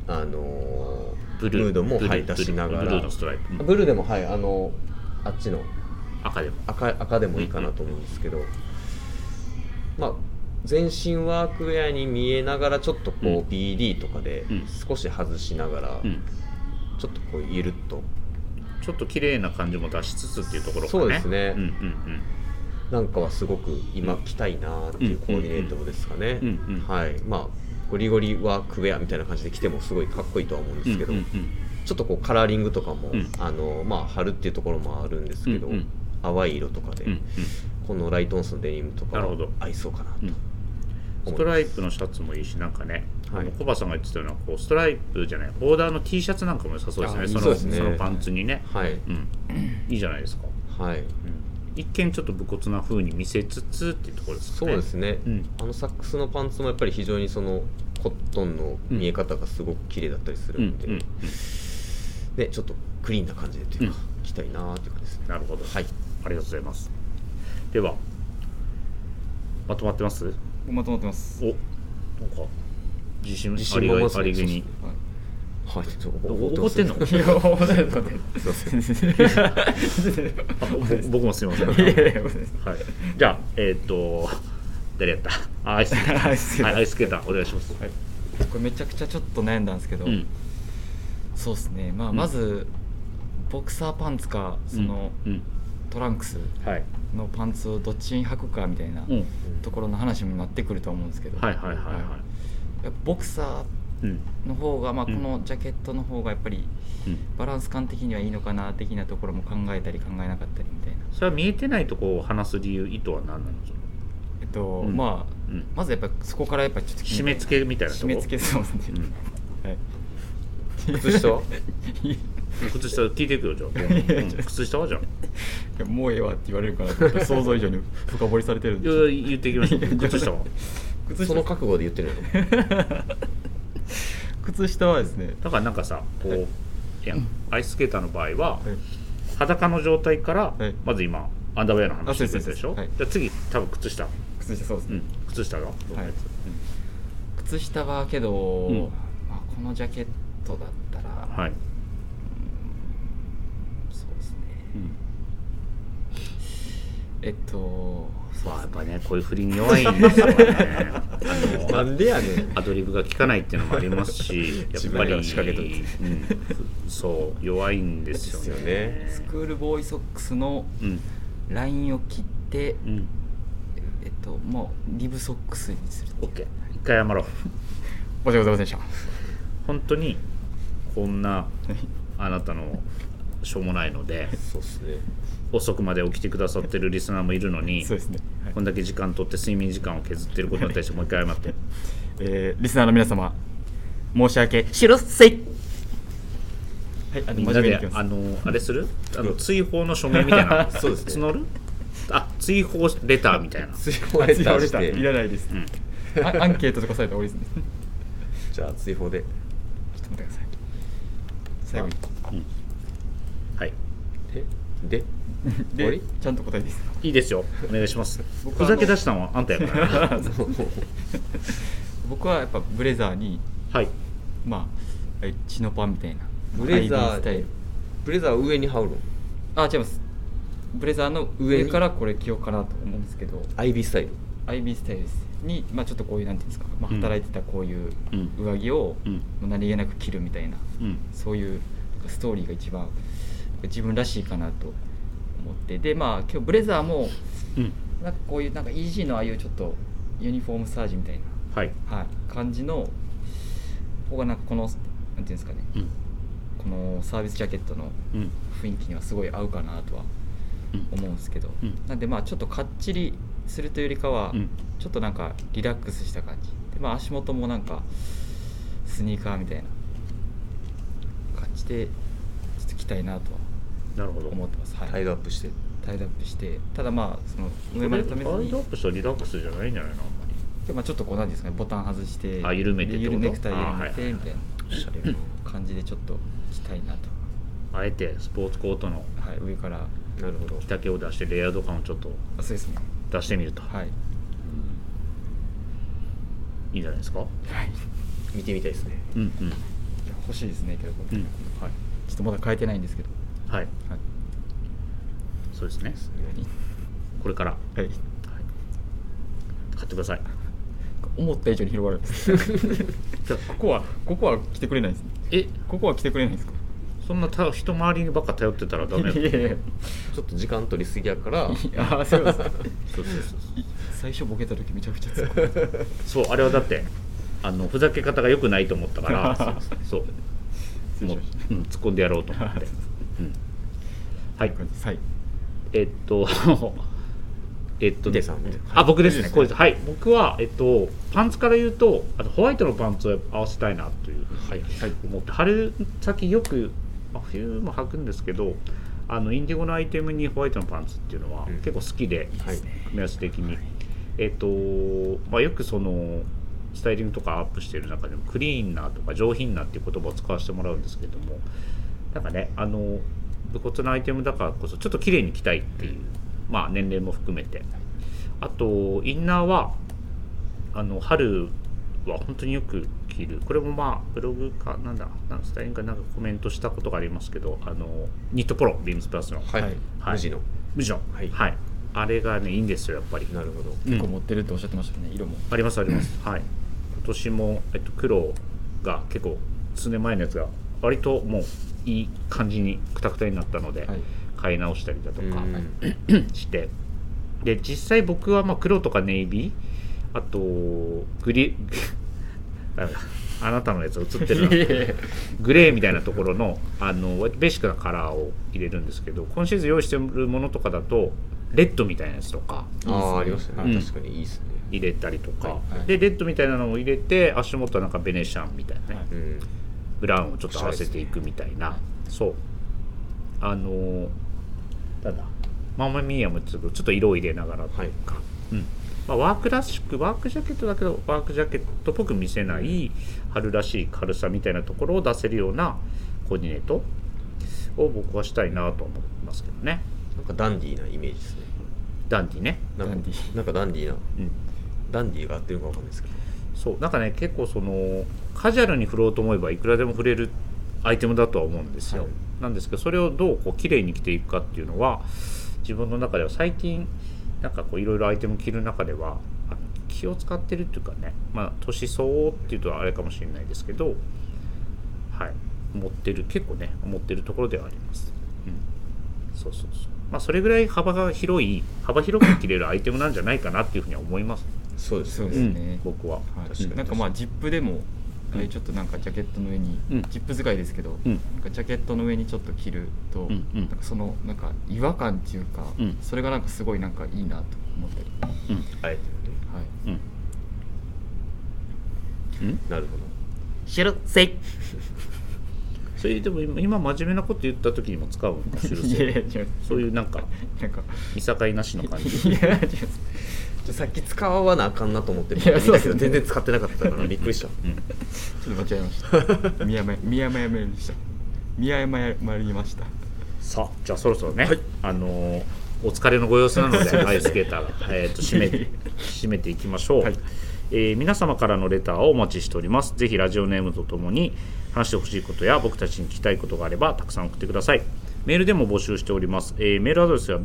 [SPEAKER 2] あのー
[SPEAKER 1] ブルー
[SPEAKER 2] ムードも、
[SPEAKER 1] ブルー
[SPEAKER 2] はい、出しながら
[SPEAKER 1] ブルーのストライプ、うん
[SPEAKER 2] ブルーでもはいあのあっちの
[SPEAKER 1] 赤でも
[SPEAKER 2] 赤赤でもいいかなと思うんですけど、まあ、全身ワークウェアに見えながらちょっとこう、
[SPEAKER 1] うん
[SPEAKER 2] BD とかで
[SPEAKER 1] うん
[SPEAKER 2] 少し外しながら、
[SPEAKER 1] うん
[SPEAKER 2] ちょっとこうゆるっと
[SPEAKER 1] ちょっと綺麗な感じも出しつつっていうところかね
[SPEAKER 2] そうですね
[SPEAKER 1] うんうん
[SPEAKER 2] なんかはすごく今着たいなっていうコーディネートですかね、
[SPEAKER 1] うんうんうん
[SPEAKER 2] はいまあゴリゴリワークウェアみたいな感じで着てもすごいかっこいいとは思うん
[SPEAKER 1] うん
[SPEAKER 2] ですけど、
[SPEAKER 1] うんうんうん
[SPEAKER 2] ちょっとこうカラーリングとかも、
[SPEAKER 1] うん
[SPEAKER 2] あのまあ春っていうところもあるんですけど、
[SPEAKER 1] うんうん
[SPEAKER 2] 淡い色とかで、
[SPEAKER 1] うんうん
[SPEAKER 2] このライトオンスのデニムとか
[SPEAKER 1] な
[SPEAKER 2] は
[SPEAKER 1] るほど
[SPEAKER 2] 合いそうかなと
[SPEAKER 1] う
[SPEAKER 2] 思い
[SPEAKER 1] ん
[SPEAKER 2] ます
[SPEAKER 1] ストライプのシャツもいいし、なんかね、
[SPEAKER 2] はい
[SPEAKER 1] あのコバさんが言ってたようなこうストライプじゃない、ボーダーの T シャツなんかも良さそうですね、
[SPEAKER 3] あ
[SPEAKER 1] その
[SPEAKER 2] そうですね
[SPEAKER 1] そのパンツにね、
[SPEAKER 2] はい、
[SPEAKER 1] うん、いいじゃないですか、
[SPEAKER 2] はい、
[SPEAKER 1] 一見ちょっと武骨な風に見せつつっていうところですか
[SPEAKER 2] そう
[SPEAKER 1] ね。
[SPEAKER 2] ですね、
[SPEAKER 1] うん
[SPEAKER 2] あのサックスのパンツもやっぱり非常にそのコットンの見え方がすごく綺麗だったりす
[SPEAKER 1] う
[SPEAKER 2] る
[SPEAKER 1] ん
[SPEAKER 2] んで、
[SPEAKER 1] うんうん
[SPEAKER 2] でちょっとクリーンな感じでというか、
[SPEAKER 1] う
[SPEAKER 2] 着たいなーっていう感じですね
[SPEAKER 1] なるほど、
[SPEAKER 2] はい
[SPEAKER 1] ありがとうございます。では、まとまってます
[SPEAKER 3] まとまってます
[SPEAKER 1] お、なんか、自信
[SPEAKER 2] 自
[SPEAKER 1] あ
[SPEAKER 2] 信
[SPEAKER 1] りがい
[SPEAKER 2] 満々ですね
[SPEAKER 1] ありげに。
[SPEAKER 3] はい
[SPEAKER 2] はいちょっと
[SPEAKER 1] 怒ってんの
[SPEAKER 3] いや、思わないと思って。
[SPEAKER 2] すいません
[SPEAKER 1] あぼ僕もすみません。はい
[SPEAKER 3] やいやいやごめんなさ
[SPEAKER 1] い、じゃあ、えっ、と、誰やったあ、 アイスケーター。
[SPEAKER 3] アイスケーター
[SPEAKER 1] はいアイスケーター、お願いします。はい。
[SPEAKER 3] これめちゃくちゃちょっと悩んだんですけど、
[SPEAKER 1] うん。
[SPEAKER 3] そうですね、まあ、
[SPEAKER 1] うん
[SPEAKER 3] まず、ボクサーパンツかその、
[SPEAKER 1] うん、
[SPEAKER 3] トランクス
[SPEAKER 1] はい。
[SPEAKER 3] のパンツをどっちに履くかみたいな
[SPEAKER 1] うん。
[SPEAKER 3] ところの話にもなってくると思うんですけど、
[SPEAKER 1] はいはいはいは
[SPEAKER 3] やっぱボクサ
[SPEAKER 1] い。うん。
[SPEAKER 3] ーの方が、まあ、
[SPEAKER 1] う
[SPEAKER 3] こ
[SPEAKER 1] ん
[SPEAKER 3] のジャケットの方がやっぱり
[SPEAKER 1] うん。
[SPEAKER 3] バランス感的にはいいのかな的なところも考えたり考えなかったりみたいな、
[SPEAKER 1] それは見えてないとこを話す理由、意図は何なの
[SPEAKER 3] えっと
[SPEAKER 1] うん
[SPEAKER 3] まあ
[SPEAKER 1] うん。
[SPEAKER 3] まずやっぱそこからやっぱちょっと
[SPEAKER 1] 締め付けみたいなとこ
[SPEAKER 3] 締め付けそうなんで、
[SPEAKER 1] うん。
[SPEAKER 3] はい
[SPEAKER 2] 靴下は
[SPEAKER 1] 靴下聞い ていくよ、じゃあ。うん靴下はじゃあ。
[SPEAKER 3] いやもうええわって言われるかなと思って想像以上に深掘りされてるん
[SPEAKER 1] い
[SPEAKER 3] で
[SPEAKER 1] や言っていきましょ う。 靴下は。
[SPEAKER 3] 靴
[SPEAKER 2] そ
[SPEAKER 3] 下
[SPEAKER 2] の覚悟で言ってるの
[SPEAKER 3] 靴下はですね
[SPEAKER 1] だからなんかさ、こう、
[SPEAKER 3] はい
[SPEAKER 1] い、や、アイススケーターの場合は、
[SPEAKER 3] はい
[SPEAKER 1] 裸の状態から、
[SPEAKER 3] はい
[SPEAKER 1] まず今アンダーウェアの話してくれたでしょ
[SPEAKER 3] あそうです
[SPEAKER 1] じゃあ次多分靴下、
[SPEAKER 3] 靴下そうです
[SPEAKER 1] う
[SPEAKER 3] ね、
[SPEAKER 1] ん、靴下がどんなやつ、
[SPEAKER 3] 靴下はけど、
[SPEAKER 1] うん
[SPEAKER 3] まあ、このジャケットだったら、
[SPEAKER 1] うんはい、
[SPEAKER 3] そうですねえっと
[SPEAKER 1] まあやっぱねこういう振りに弱いん ですよね あ
[SPEAKER 2] な
[SPEAKER 1] の
[SPEAKER 2] んでやねん
[SPEAKER 1] アドリブが効かないっていうのもあります しや
[SPEAKER 2] 自
[SPEAKER 1] っぱ
[SPEAKER 2] 分か
[SPEAKER 1] り
[SPEAKER 2] ら仕掛けといて
[SPEAKER 1] うん、そう弱いんですよね
[SPEAKER 2] です
[SPEAKER 3] スクールボーイソックスの
[SPEAKER 1] うん
[SPEAKER 3] ラインを切って、
[SPEAKER 1] うん
[SPEAKER 3] えっともうリブソックスにする
[SPEAKER 1] OK 一回謝ろう
[SPEAKER 3] 申し訳ございませんでした
[SPEAKER 1] 本当にこんなあなたのしょうもないので
[SPEAKER 2] そうっすね
[SPEAKER 1] 遅くまで起きてくださってるリスナーもいるのに
[SPEAKER 3] そうですね、はい
[SPEAKER 1] こんだけ時間取って睡眠時間を削ってることに対してもう一回謝って
[SPEAKER 3] えーリスナーの皆様申し訳しろっせいはいあの
[SPEAKER 1] みん
[SPEAKER 3] 真
[SPEAKER 1] な
[SPEAKER 3] 面目にい
[SPEAKER 1] で
[SPEAKER 3] きます
[SPEAKER 1] あのあれするあの追放の署名みたいな
[SPEAKER 2] そうですね
[SPEAKER 1] 募るあ追放レターみ たいな
[SPEAKER 2] 追放レターし
[SPEAKER 3] 追放レターい
[SPEAKER 2] て
[SPEAKER 3] らないです
[SPEAKER 1] う、ん
[SPEAKER 3] あアンケートとかされたら終わりですね
[SPEAKER 2] じゃあ追放で
[SPEAKER 3] ちょっと待ってください最後に
[SPEAKER 1] はい
[SPEAKER 2] で で終わ
[SPEAKER 3] で
[SPEAKER 2] り
[SPEAKER 3] ちゃんと答えです
[SPEAKER 1] いいですよお願いします
[SPEAKER 3] 僕
[SPEAKER 1] ふざけ出したのはあんたやからね
[SPEAKER 3] 僕はやっぱブレザーに
[SPEAKER 1] はい
[SPEAKER 3] まあえチノパンみたいな
[SPEAKER 2] ブレザー
[SPEAKER 3] アイビスタイル
[SPEAKER 2] ブレザーを上に羽織るの
[SPEAKER 3] あ違いますブレザーの
[SPEAKER 2] 上
[SPEAKER 3] 上
[SPEAKER 2] に
[SPEAKER 3] からこれ着ようかなと思うんですけど
[SPEAKER 2] アイビースタイル
[SPEAKER 3] アイビースタイルですに、まあ、ちょっとこういうなんていうんですか、まあ、
[SPEAKER 1] うん
[SPEAKER 3] 働いてたこういう
[SPEAKER 1] うん
[SPEAKER 3] 上着を、
[SPEAKER 1] うん
[SPEAKER 3] まあ何気なく着るみたいな
[SPEAKER 1] うん
[SPEAKER 3] そういうなんかストーリーが一番自分らしいかなと思ってでまあ今日ブレザーも
[SPEAKER 1] うん
[SPEAKER 3] なんかこういうなんか EG のああいうちょっとユニフォームサージみたい
[SPEAKER 1] はい
[SPEAKER 3] な、はい、感じのここがなんかこのなんていうんですかね
[SPEAKER 1] うん
[SPEAKER 3] このサービスジャケットの
[SPEAKER 1] うん
[SPEAKER 3] 雰囲気にはすごい合うかなとは
[SPEAKER 1] うん
[SPEAKER 3] 思うんですけど、
[SPEAKER 1] うん
[SPEAKER 3] なんでまあちょっとかっちりするというよりかは、
[SPEAKER 1] うん
[SPEAKER 3] ちょっとなんかリラックスした感じで、まあ、足元もなんかスニーカーみたいな感じでちょっと着たいなとは
[SPEAKER 1] なるほど
[SPEAKER 3] 思ってます、はい、
[SPEAKER 2] タイドアップして
[SPEAKER 3] タイドアップしてただまあその
[SPEAKER 1] これ
[SPEAKER 3] 上まで止め
[SPEAKER 1] タ
[SPEAKER 3] ず
[SPEAKER 1] イ
[SPEAKER 3] に
[SPEAKER 1] ドアップしたらリラックスじゃないんじゃないのあんまり
[SPEAKER 3] でまあ、ちょっとこうなんていうんですかねボタン外して
[SPEAKER 1] あ緩めてってこと
[SPEAKER 3] ゆるネクタイ緩め
[SPEAKER 1] あはい
[SPEAKER 3] てみたいな感じでちょっと着たいなと、
[SPEAKER 1] あえてスポーツコートの
[SPEAKER 3] はい、上から
[SPEAKER 2] なるほど
[SPEAKER 1] 着丈を出してレイヤード感をちょっと
[SPEAKER 3] あそうですね
[SPEAKER 1] 出してみると、
[SPEAKER 3] はい
[SPEAKER 1] い、いんじゃないですか
[SPEAKER 3] はい
[SPEAKER 2] 見てみたいですね
[SPEAKER 1] うんうん
[SPEAKER 3] いや欲しいですねけど、
[SPEAKER 1] うん
[SPEAKER 3] はい、ちょっとまだ変えてないんですけど、
[SPEAKER 1] はい
[SPEAKER 3] はい、
[SPEAKER 1] そうですねこれから、はい、
[SPEAKER 3] はい、
[SPEAKER 1] 買ってくだ さい
[SPEAKER 3] 思った以上に広がるんです
[SPEAKER 1] じゃあ
[SPEAKER 3] ここはここは来てくれないですね
[SPEAKER 1] え
[SPEAKER 3] ここは来てくれないんですか
[SPEAKER 1] そんなた人回りにばっか頼ってたらダメだ
[SPEAKER 3] いやいやいや
[SPEAKER 2] ちょっと時間取りすぎやから
[SPEAKER 3] あーそうですね
[SPEAKER 1] そうそうそう
[SPEAKER 3] 最初ボケた時めちゃくちゃ突っ込んで
[SPEAKER 1] そうあれはだってあのふざけ方が良くないと思ったから そう
[SPEAKER 3] 失礼
[SPEAKER 1] もう
[SPEAKER 3] しまし、
[SPEAKER 1] うん、突っ込んでやろうと思 って、うん、はい
[SPEAKER 3] たはい
[SPEAKER 1] えっ とえっと
[SPEAKER 2] ヒデさんみたいな
[SPEAKER 1] あ僕ですね
[SPEAKER 3] はい
[SPEAKER 1] こうですはい僕はえっとパンツから言うとあのホワイトのパンツを合わせたいなというはい思って春先よく、まあ、冬も履くんですけどあのインディゴのアイテムにホワイトのパンツっていうのは
[SPEAKER 2] うん
[SPEAKER 1] 結構好きで、
[SPEAKER 2] はい
[SPEAKER 1] 組み合わせ的に、えっ、と、まあ、よくそのスタイリングとかアップしてる中でもクリーンなとか上品なっていう言葉を使わせてもらうんですけどもなんかねあの武骨なアイテムだからこそちょっと綺麗に着たいっていう、まあ、年齢も含めてあとインナーはあの春は本当によく着るこれもまあブログかなんだなんスタイリングかなんかコメントしたことがありますけどあのニットポロビームスプラスの、
[SPEAKER 2] はい
[SPEAKER 3] はい
[SPEAKER 1] はい
[SPEAKER 2] 無地の
[SPEAKER 1] 無地の
[SPEAKER 2] はい
[SPEAKER 1] はい、あれがねいいんですよやっぱり
[SPEAKER 2] なるほど
[SPEAKER 1] うん
[SPEAKER 3] 結構持ってるっておっしゃってましたよね色も
[SPEAKER 1] ありますあります、はい今年も、えっと、黒が結構数年前のやつが割ともういい感じにクタクタになったので、
[SPEAKER 3] はい
[SPEAKER 1] 買い直したりだと
[SPEAKER 2] うん
[SPEAKER 1] か してで実際僕はまあ黒とかネイビーあとグリ ダメだあなたのやつ映ってるなグレーみたいなところのあのベーシックなカラーを入れるんですけど今シーズン用意してるものとかだとレッドみたいなやつとか
[SPEAKER 2] ああーありましたね
[SPEAKER 1] うん
[SPEAKER 2] 確かにいいですね
[SPEAKER 1] 入れたりとか、
[SPEAKER 3] はいはい
[SPEAKER 1] でレッドみたいなのも入れて足元はなんかベネシアンみたいなね、
[SPEAKER 3] はい
[SPEAKER 2] うん
[SPEAKER 1] ブラウンをちょっと合わせていくみたいな、そうあのーなんだママミーアもちょっとちょっと色を入れながらというか、うんまあ、ワークらしくワークジャケットだけどワークジャケットっぽく見せない春らしい軽さみたいなところを出せるようなコーディネートを僕はしたいなと思いますけどね
[SPEAKER 2] なんかダンディーなイメージですね
[SPEAKER 1] ダンディね、
[SPEAKER 2] なんか
[SPEAKER 3] ダンディー
[SPEAKER 2] なんかダンディーな
[SPEAKER 1] うん、
[SPEAKER 2] ダンディーが合ってるかわかんないですけど
[SPEAKER 1] そうなんかね結構そのカジュアルに振ろうと思えばいくらでも振れるアイテムだとは思うんですよ、
[SPEAKER 2] はい
[SPEAKER 1] なんですけどそれをどうこう綺麗に着ていくかっていうのは自分の中では最近なんかこういろいろアイテム着る中ではあの気を使ってるっていうかねまあ年相応っていうとあれかもしれないですけどはい持ってる結構ね持ってるところではあります、うん、そうそうそうまあそれぐらい幅が広い幅広く着れるアイテムなんじゃないかなっていうふうには思います、
[SPEAKER 2] そうです
[SPEAKER 3] そう
[SPEAKER 2] ね
[SPEAKER 3] で
[SPEAKER 1] う
[SPEAKER 3] すね
[SPEAKER 1] ん、僕は、
[SPEAKER 3] はい
[SPEAKER 2] 確かに
[SPEAKER 3] なんかまあジップでも、ああいうちょっとなんかジャケットの上に、
[SPEAKER 1] うん
[SPEAKER 3] ジップ使いですけど、
[SPEAKER 1] うん
[SPEAKER 3] なんかジャケットの上にちょっと着ると、
[SPEAKER 1] うんうん
[SPEAKER 3] なんかそのなんか違和感っていうか、
[SPEAKER 1] うん
[SPEAKER 3] それがなんかすごいなんかいいなと思ったり、
[SPEAKER 1] うん
[SPEAKER 2] あえてね
[SPEAKER 3] はい、
[SPEAKER 1] うん
[SPEAKER 2] なるほど
[SPEAKER 4] シュルセイ
[SPEAKER 1] それでも今今真面目なこと言った時にも使うもんな修
[SPEAKER 3] いやいや
[SPEAKER 1] 正
[SPEAKER 3] 違う
[SPEAKER 1] そういうなんか
[SPEAKER 3] なんか
[SPEAKER 1] 見境なしの 感じ
[SPEAKER 3] いや違う
[SPEAKER 2] じゃあさっき使わなあかんなと思って
[SPEAKER 3] いや
[SPEAKER 2] だ
[SPEAKER 3] そうで
[SPEAKER 2] け
[SPEAKER 3] す
[SPEAKER 2] ど
[SPEAKER 3] ね
[SPEAKER 2] 全然使ってなかったからびっくりした
[SPEAKER 3] ちょっと間違えました。宮前宮前めりました。宮前まりました。
[SPEAKER 1] さあじゃあそろそろね、あのーお疲れのご様子な のでアイススケーターが、えー、と締め締めていきましょう、えー皆様からのレターをお待ちしておりますぜひラジオネームとともに話してほしいことや僕たちに聞きたいことがあればたくさん送ってくださいメールでも募集しております、えーメールアドレスは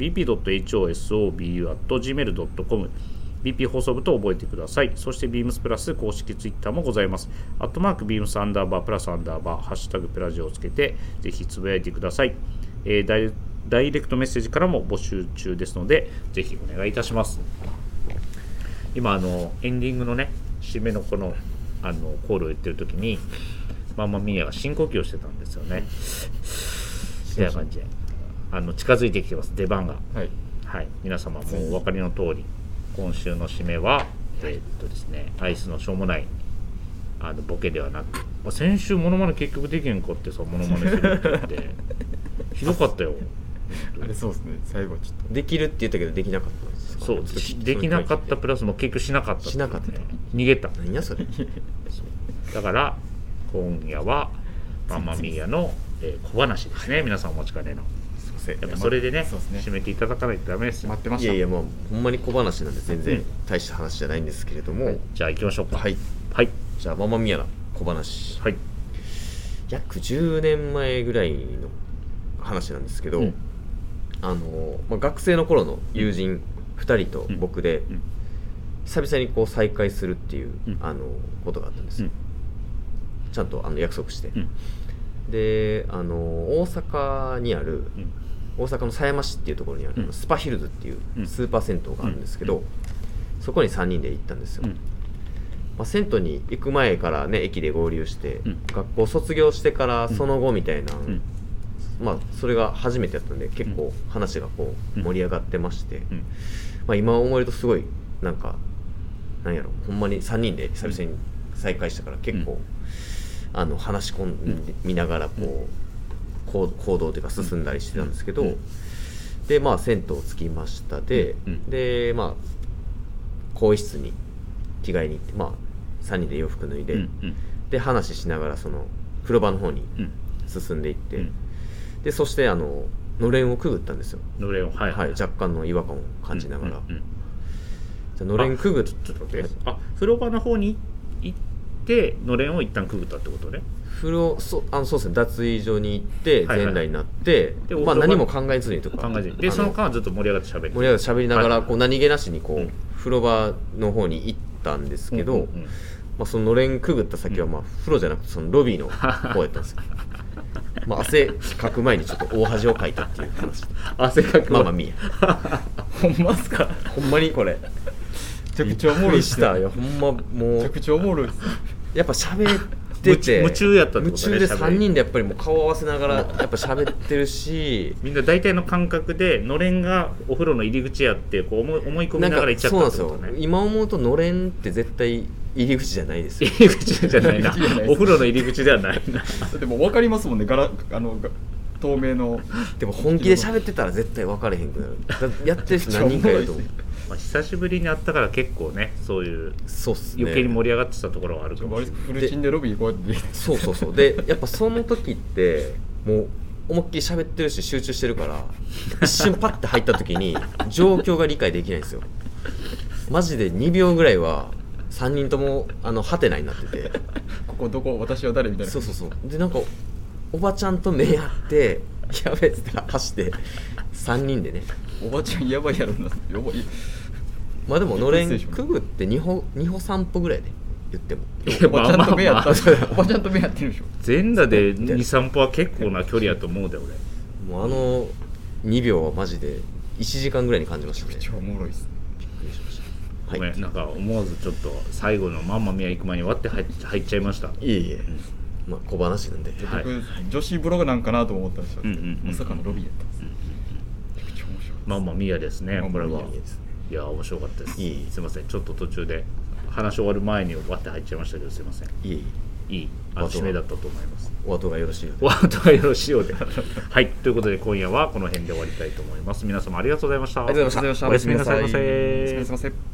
[SPEAKER 1] bp.hosobu.gmail.com BP 放送部と覚えてください。そして Beams プラス公式ツイッターもございます。アットマーク Beams アンダーバープラスアンダーバーハッシュタグプラジオをつけてぜひつぶやいてください、えーダイ。ダイレクトメッセージからも募集中ですのでぜひお願いいたします。今あのエンディングのね締めのこのあのコールを言ってる時にマンマミーヤが深呼吸をしてたんですよね。みたいな感じであの近づいてきてます出番が。
[SPEAKER 3] はい。
[SPEAKER 1] はい、皆様もうお分かりの通り今週の締めは、えーっとですねアイスのしょうもないあのボケではなく、まあ、先週モノマネ結局できへんかってさモノマネするって言って ひどかったよ
[SPEAKER 3] あれそうですね。最後ちょっ
[SPEAKER 2] できるって言ったけどできなかったんですか
[SPEAKER 1] そうしできなかったプラスも結局しなかったていうね
[SPEAKER 2] しなかった
[SPEAKER 1] 逃げた
[SPEAKER 2] 何やそれ
[SPEAKER 1] だから今夜はマンマミーヤの、えー小話ですね皆さんお持ちかねの
[SPEAKER 2] すいません
[SPEAKER 1] やっぱそれでね,、
[SPEAKER 3] そうですね
[SPEAKER 1] 締めていただかないとダメです
[SPEAKER 3] と
[SPEAKER 1] よ
[SPEAKER 3] 待ってま
[SPEAKER 2] い
[SPEAKER 3] した。
[SPEAKER 2] やいやまあほんまに小話なんで全
[SPEAKER 1] う
[SPEAKER 2] 然
[SPEAKER 1] ん
[SPEAKER 2] 大した話じゃないんですけれども、
[SPEAKER 1] じゃあ行きましょうか
[SPEAKER 2] はい
[SPEAKER 1] はい
[SPEAKER 2] じゃあママミヤな小話
[SPEAKER 1] はい
[SPEAKER 2] 約10年前ぐらいの話なんですけど、
[SPEAKER 1] うん
[SPEAKER 2] あのまあ、学生の頃の友人2人と僕で、
[SPEAKER 1] うん
[SPEAKER 2] 久々にこう再会するっていう、
[SPEAKER 1] うん
[SPEAKER 2] あのことがあったんですよ、ちゃんとあの約束して、
[SPEAKER 1] うん
[SPEAKER 2] であの大阪にある
[SPEAKER 1] うん
[SPEAKER 2] 大阪の狭山市っていうところにある、
[SPEAKER 1] うん
[SPEAKER 2] スパヒルズっていう
[SPEAKER 1] うん
[SPEAKER 2] スーパー銭湯があるんですけど、
[SPEAKER 1] うん
[SPEAKER 2] そこに3人で行ったんですよ、
[SPEAKER 1] うん
[SPEAKER 2] まあ、銭湯に行く前からね駅で合流して、
[SPEAKER 1] うん
[SPEAKER 2] 学校卒業してからその後みたいな、
[SPEAKER 1] うん
[SPEAKER 2] まあそれが初めてやったんで結構話がこう
[SPEAKER 1] うん
[SPEAKER 2] 盛り上がってまして、
[SPEAKER 1] うん
[SPEAKER 2] まあ、今思えるとすごいなんかなんやろほんまに3人で久々に再会したから結構、
[SPEAKER 1] うん
[SPEAKER 2] あの話し込んでみながらこうこう行動というか進んだりしてたんですけど、
[SPEAKER 1] うん
[SPEAKER 2] でまあ銭湯着きましたで、
[SPEAKER 1] うんうん
[SPEAKER 2] でまあ更衣室に着替えに行ってまあ3人で洋服脱いで、
[SPEAKER 1] うんうん
[SPEAKER 2] で話しながらその風呂場の方に
[SPEAKER 1] うん
[SPEAKER 2] 進んでいって、
[SPEAKER 1] うん
[SPEAKER 2] でそしてあののれんをくぐったんですよ、
[SPEAKER 1] のれんをは
[SPEAKER 2] はいい若干の違和感を感じながら、
[SPEAKER 1] うんうんうん
[SPEAKER 2] じゃあのれんくぐっ
[SPEAKER 1] ちょっと待ってあ風呂場の方に行ってのれんを一旦くぐったってことね
[SPEAKER 2] 風呂そあのそうですね脱衣所に行って
[SPEAKER 1] はいはい
[SPEAKER 2] 全裸になって、
[SPEAKER 1] で
[SPEAKER 2] まあ、
[SPEAKER 1] お風呂場
[SPEAKER 2] 何も考えずにとか
[SPEAKER 1] 考えずにで
[SPEAKER 2] あの
[SPEAKER 1] その間はずっと盛り上がって喋って
[SPEAKER 2] 盛り上がって喋りながら、
[SPEAKER 1] はい
[SPEAKER 2] こう何気なしにこう、
[SPEAKER 1] うん
[SPEAKER 2] 風呂場の方に行ったんですけど、
[SPEAKER 1] うんうんうん
[SPEAKER 2] まあ、そののれんくぐった先は、まあ、風呂じゃなくてその ロビーの方やったんですよまあ汗かく前にちょっと大恥をかいたっていう話
[SPEAKER 1] 汗かく
[SPEAKER 2] ま
[SPEAKER 1] わ
[SPEAKER 2] あま あみや
[SPEAKER 3] ほ んまっすか。
[SPEAKER 2] ほんまにこれ
[SPEAKER 3] めちゃくちゃおもろ
[SPEAKER 2] びっ
[SPEAKER 3] いっ
[SPEAKER 2] くり
[SPEAKER 3] す
[SPEAKER 2] し
[SPEAKER 3] ね
[SPEAKER 2] たいやほんまも
[SPEAKER 3] めちゃ
[SPEAKER 2] う
[SPEAKER 3] くちゃおもろいっすね。
[SPEAKER 2] やっぱ喋ってて
[SPEAKER 1] 夢中夢中やったって
[SPEAKER 2] 夢
[SPEAKER 1] ことね
[SPEAKER 2] 中で
[SPEAKER 1] 喋り
[SPEAKER 2] 3人でやっぱりもう顔合わせながらやっぱ喋ってる し
[SPEAKER 1] みんな大体の感覚でのれんがお風呂の入り口やってこう思い思い込みながら行っちゃったって
[SPEAKER 2] そう
[SPEAKER 1] こ
[SPEAKER 2] な
[SPEAKER 1] と
[SPEAKER 2] んですよ
[SPEAKER 1] ね
[SPEAKER 2] 今思うとのれんって絶対入り口じゃないですよ
[SPEAKER 1] 入り口じゃないな
[SPEAKER 3] 入り口じゃないです
[SPEAKER 1] お風呂の入り口ではないな
[SPEAKER 3] でもわかりますもんね。ガラあのが透明の。
[SPEAKER 2] でも本気で喋ってたら絶対分かれへんく なるだやってる人何人かいると思う
[SPEAKER 3] めっち
[SPEAKER 1] まあ久しぶりに会ったから結構ねそういう
[SPEAKER 2] そうっすね
[SPEAKER 1] 余計に盛り上がってたところはある
[SPEAKER 3] ち
[SPEAKER 1] か
[SPEAKER 3] ょ
[SPEAKER 1] も
[SPEAKER 3] あ
[SPEAKER 1] し
[SPEAKER 3] れ
[SPEAKER 1] れない
[SPEAKER 3] フルチンでロビーこうやって。
[SPEAKER 2] そうそうそうでやっぱその時ってもう思いっきり喋ってるし集中してるから一瞬パッて入った時に状況が理解できないんですよマジで2秒ぐらいは3人ともあのハテナになってて
[SPEAKER 3] ここどこ私は誰みたいな。
[SPEAKER 2] そうそうそうでなんかおばちゃんと目合ってやべえって走って3人でね
[SPEAKER 3] おばちゃんやばいやろな。やばい。
[SPEAKER 2] まあでものれんくぐって2歩二歩3歩ぐらいで言っても
[SPEAKER 1] いや
[SPEAKER 3] おばちゃんと目合った
[SPEAKER 1] まあまあまあ。
[SPEAKER 3] おばちゃんと目合ってるでしょ。
[SPEAKER 1] 全裸で23歩は結構な距離やと思うで俺
[SPEAKER 2] もうあの2秒はマジで1時間ぐらいに感じましたね
[SPEAKER 3] めっちゃおもろいっすね。
[SPEAKER 2] びっくりしました
[SPEAKER 1] ごめん、
[SPEAKER 2] はい
[SPEAKER 1] なんか思わずちょっと最後のマンマミア行く前に割って入っ入っちゃいました
[SPEAKER 2] いえいえ、まあ、小話なんで、
[SPEAKER 1] はい
[SPEAKER 3] 僕、女子ブログなんかなと思ったんですよ、
[SPEAKER 1] うんうんうん
[SPEAKER 3] まさかのロビーやったんです、めちゃくちゃ面白い
[SPEAKER 1] マンマミアですね
[SPEAKER 3] マン
[SPEAKER 1] こ
[SPEAKER 3] マ
[SPEAKER 1] れ
[SPEAKER 3] ミヤ
[SPEAKER 1] はい
[SPEAKER 2] いですね
[SPEAKER 1] いや面白かったです
[SPEAKER 2] いい
[SPEAKER 1] すいませんちょっと途中で話し終わる前に割って入っちゃいましたけどすいません
[SPEAKER 2] いえい
[SPEAKER 1] いいあの
[SPEAKER 2] あとは
[SPEAKER 1] 締めだったと思います。
[SPEAKER 2] お後がよろしいようで
[SPEAKER 1] ワードがよろしいようで。はい。ということで、今夜はこの辺で終わりたいと思います。皆様ありがとうございました。
[SPEAKER 2] ありがとうございました
[SPEAKER 3] ありがとうござ
[SPEAKER 1] お
[SPEAKER 3] いました
[SPEAKER 1] やすみなさいま
[SPEAKER 3] おやすみ
[SPEAKER 1] せ
[SPEAKER 3] なさいませ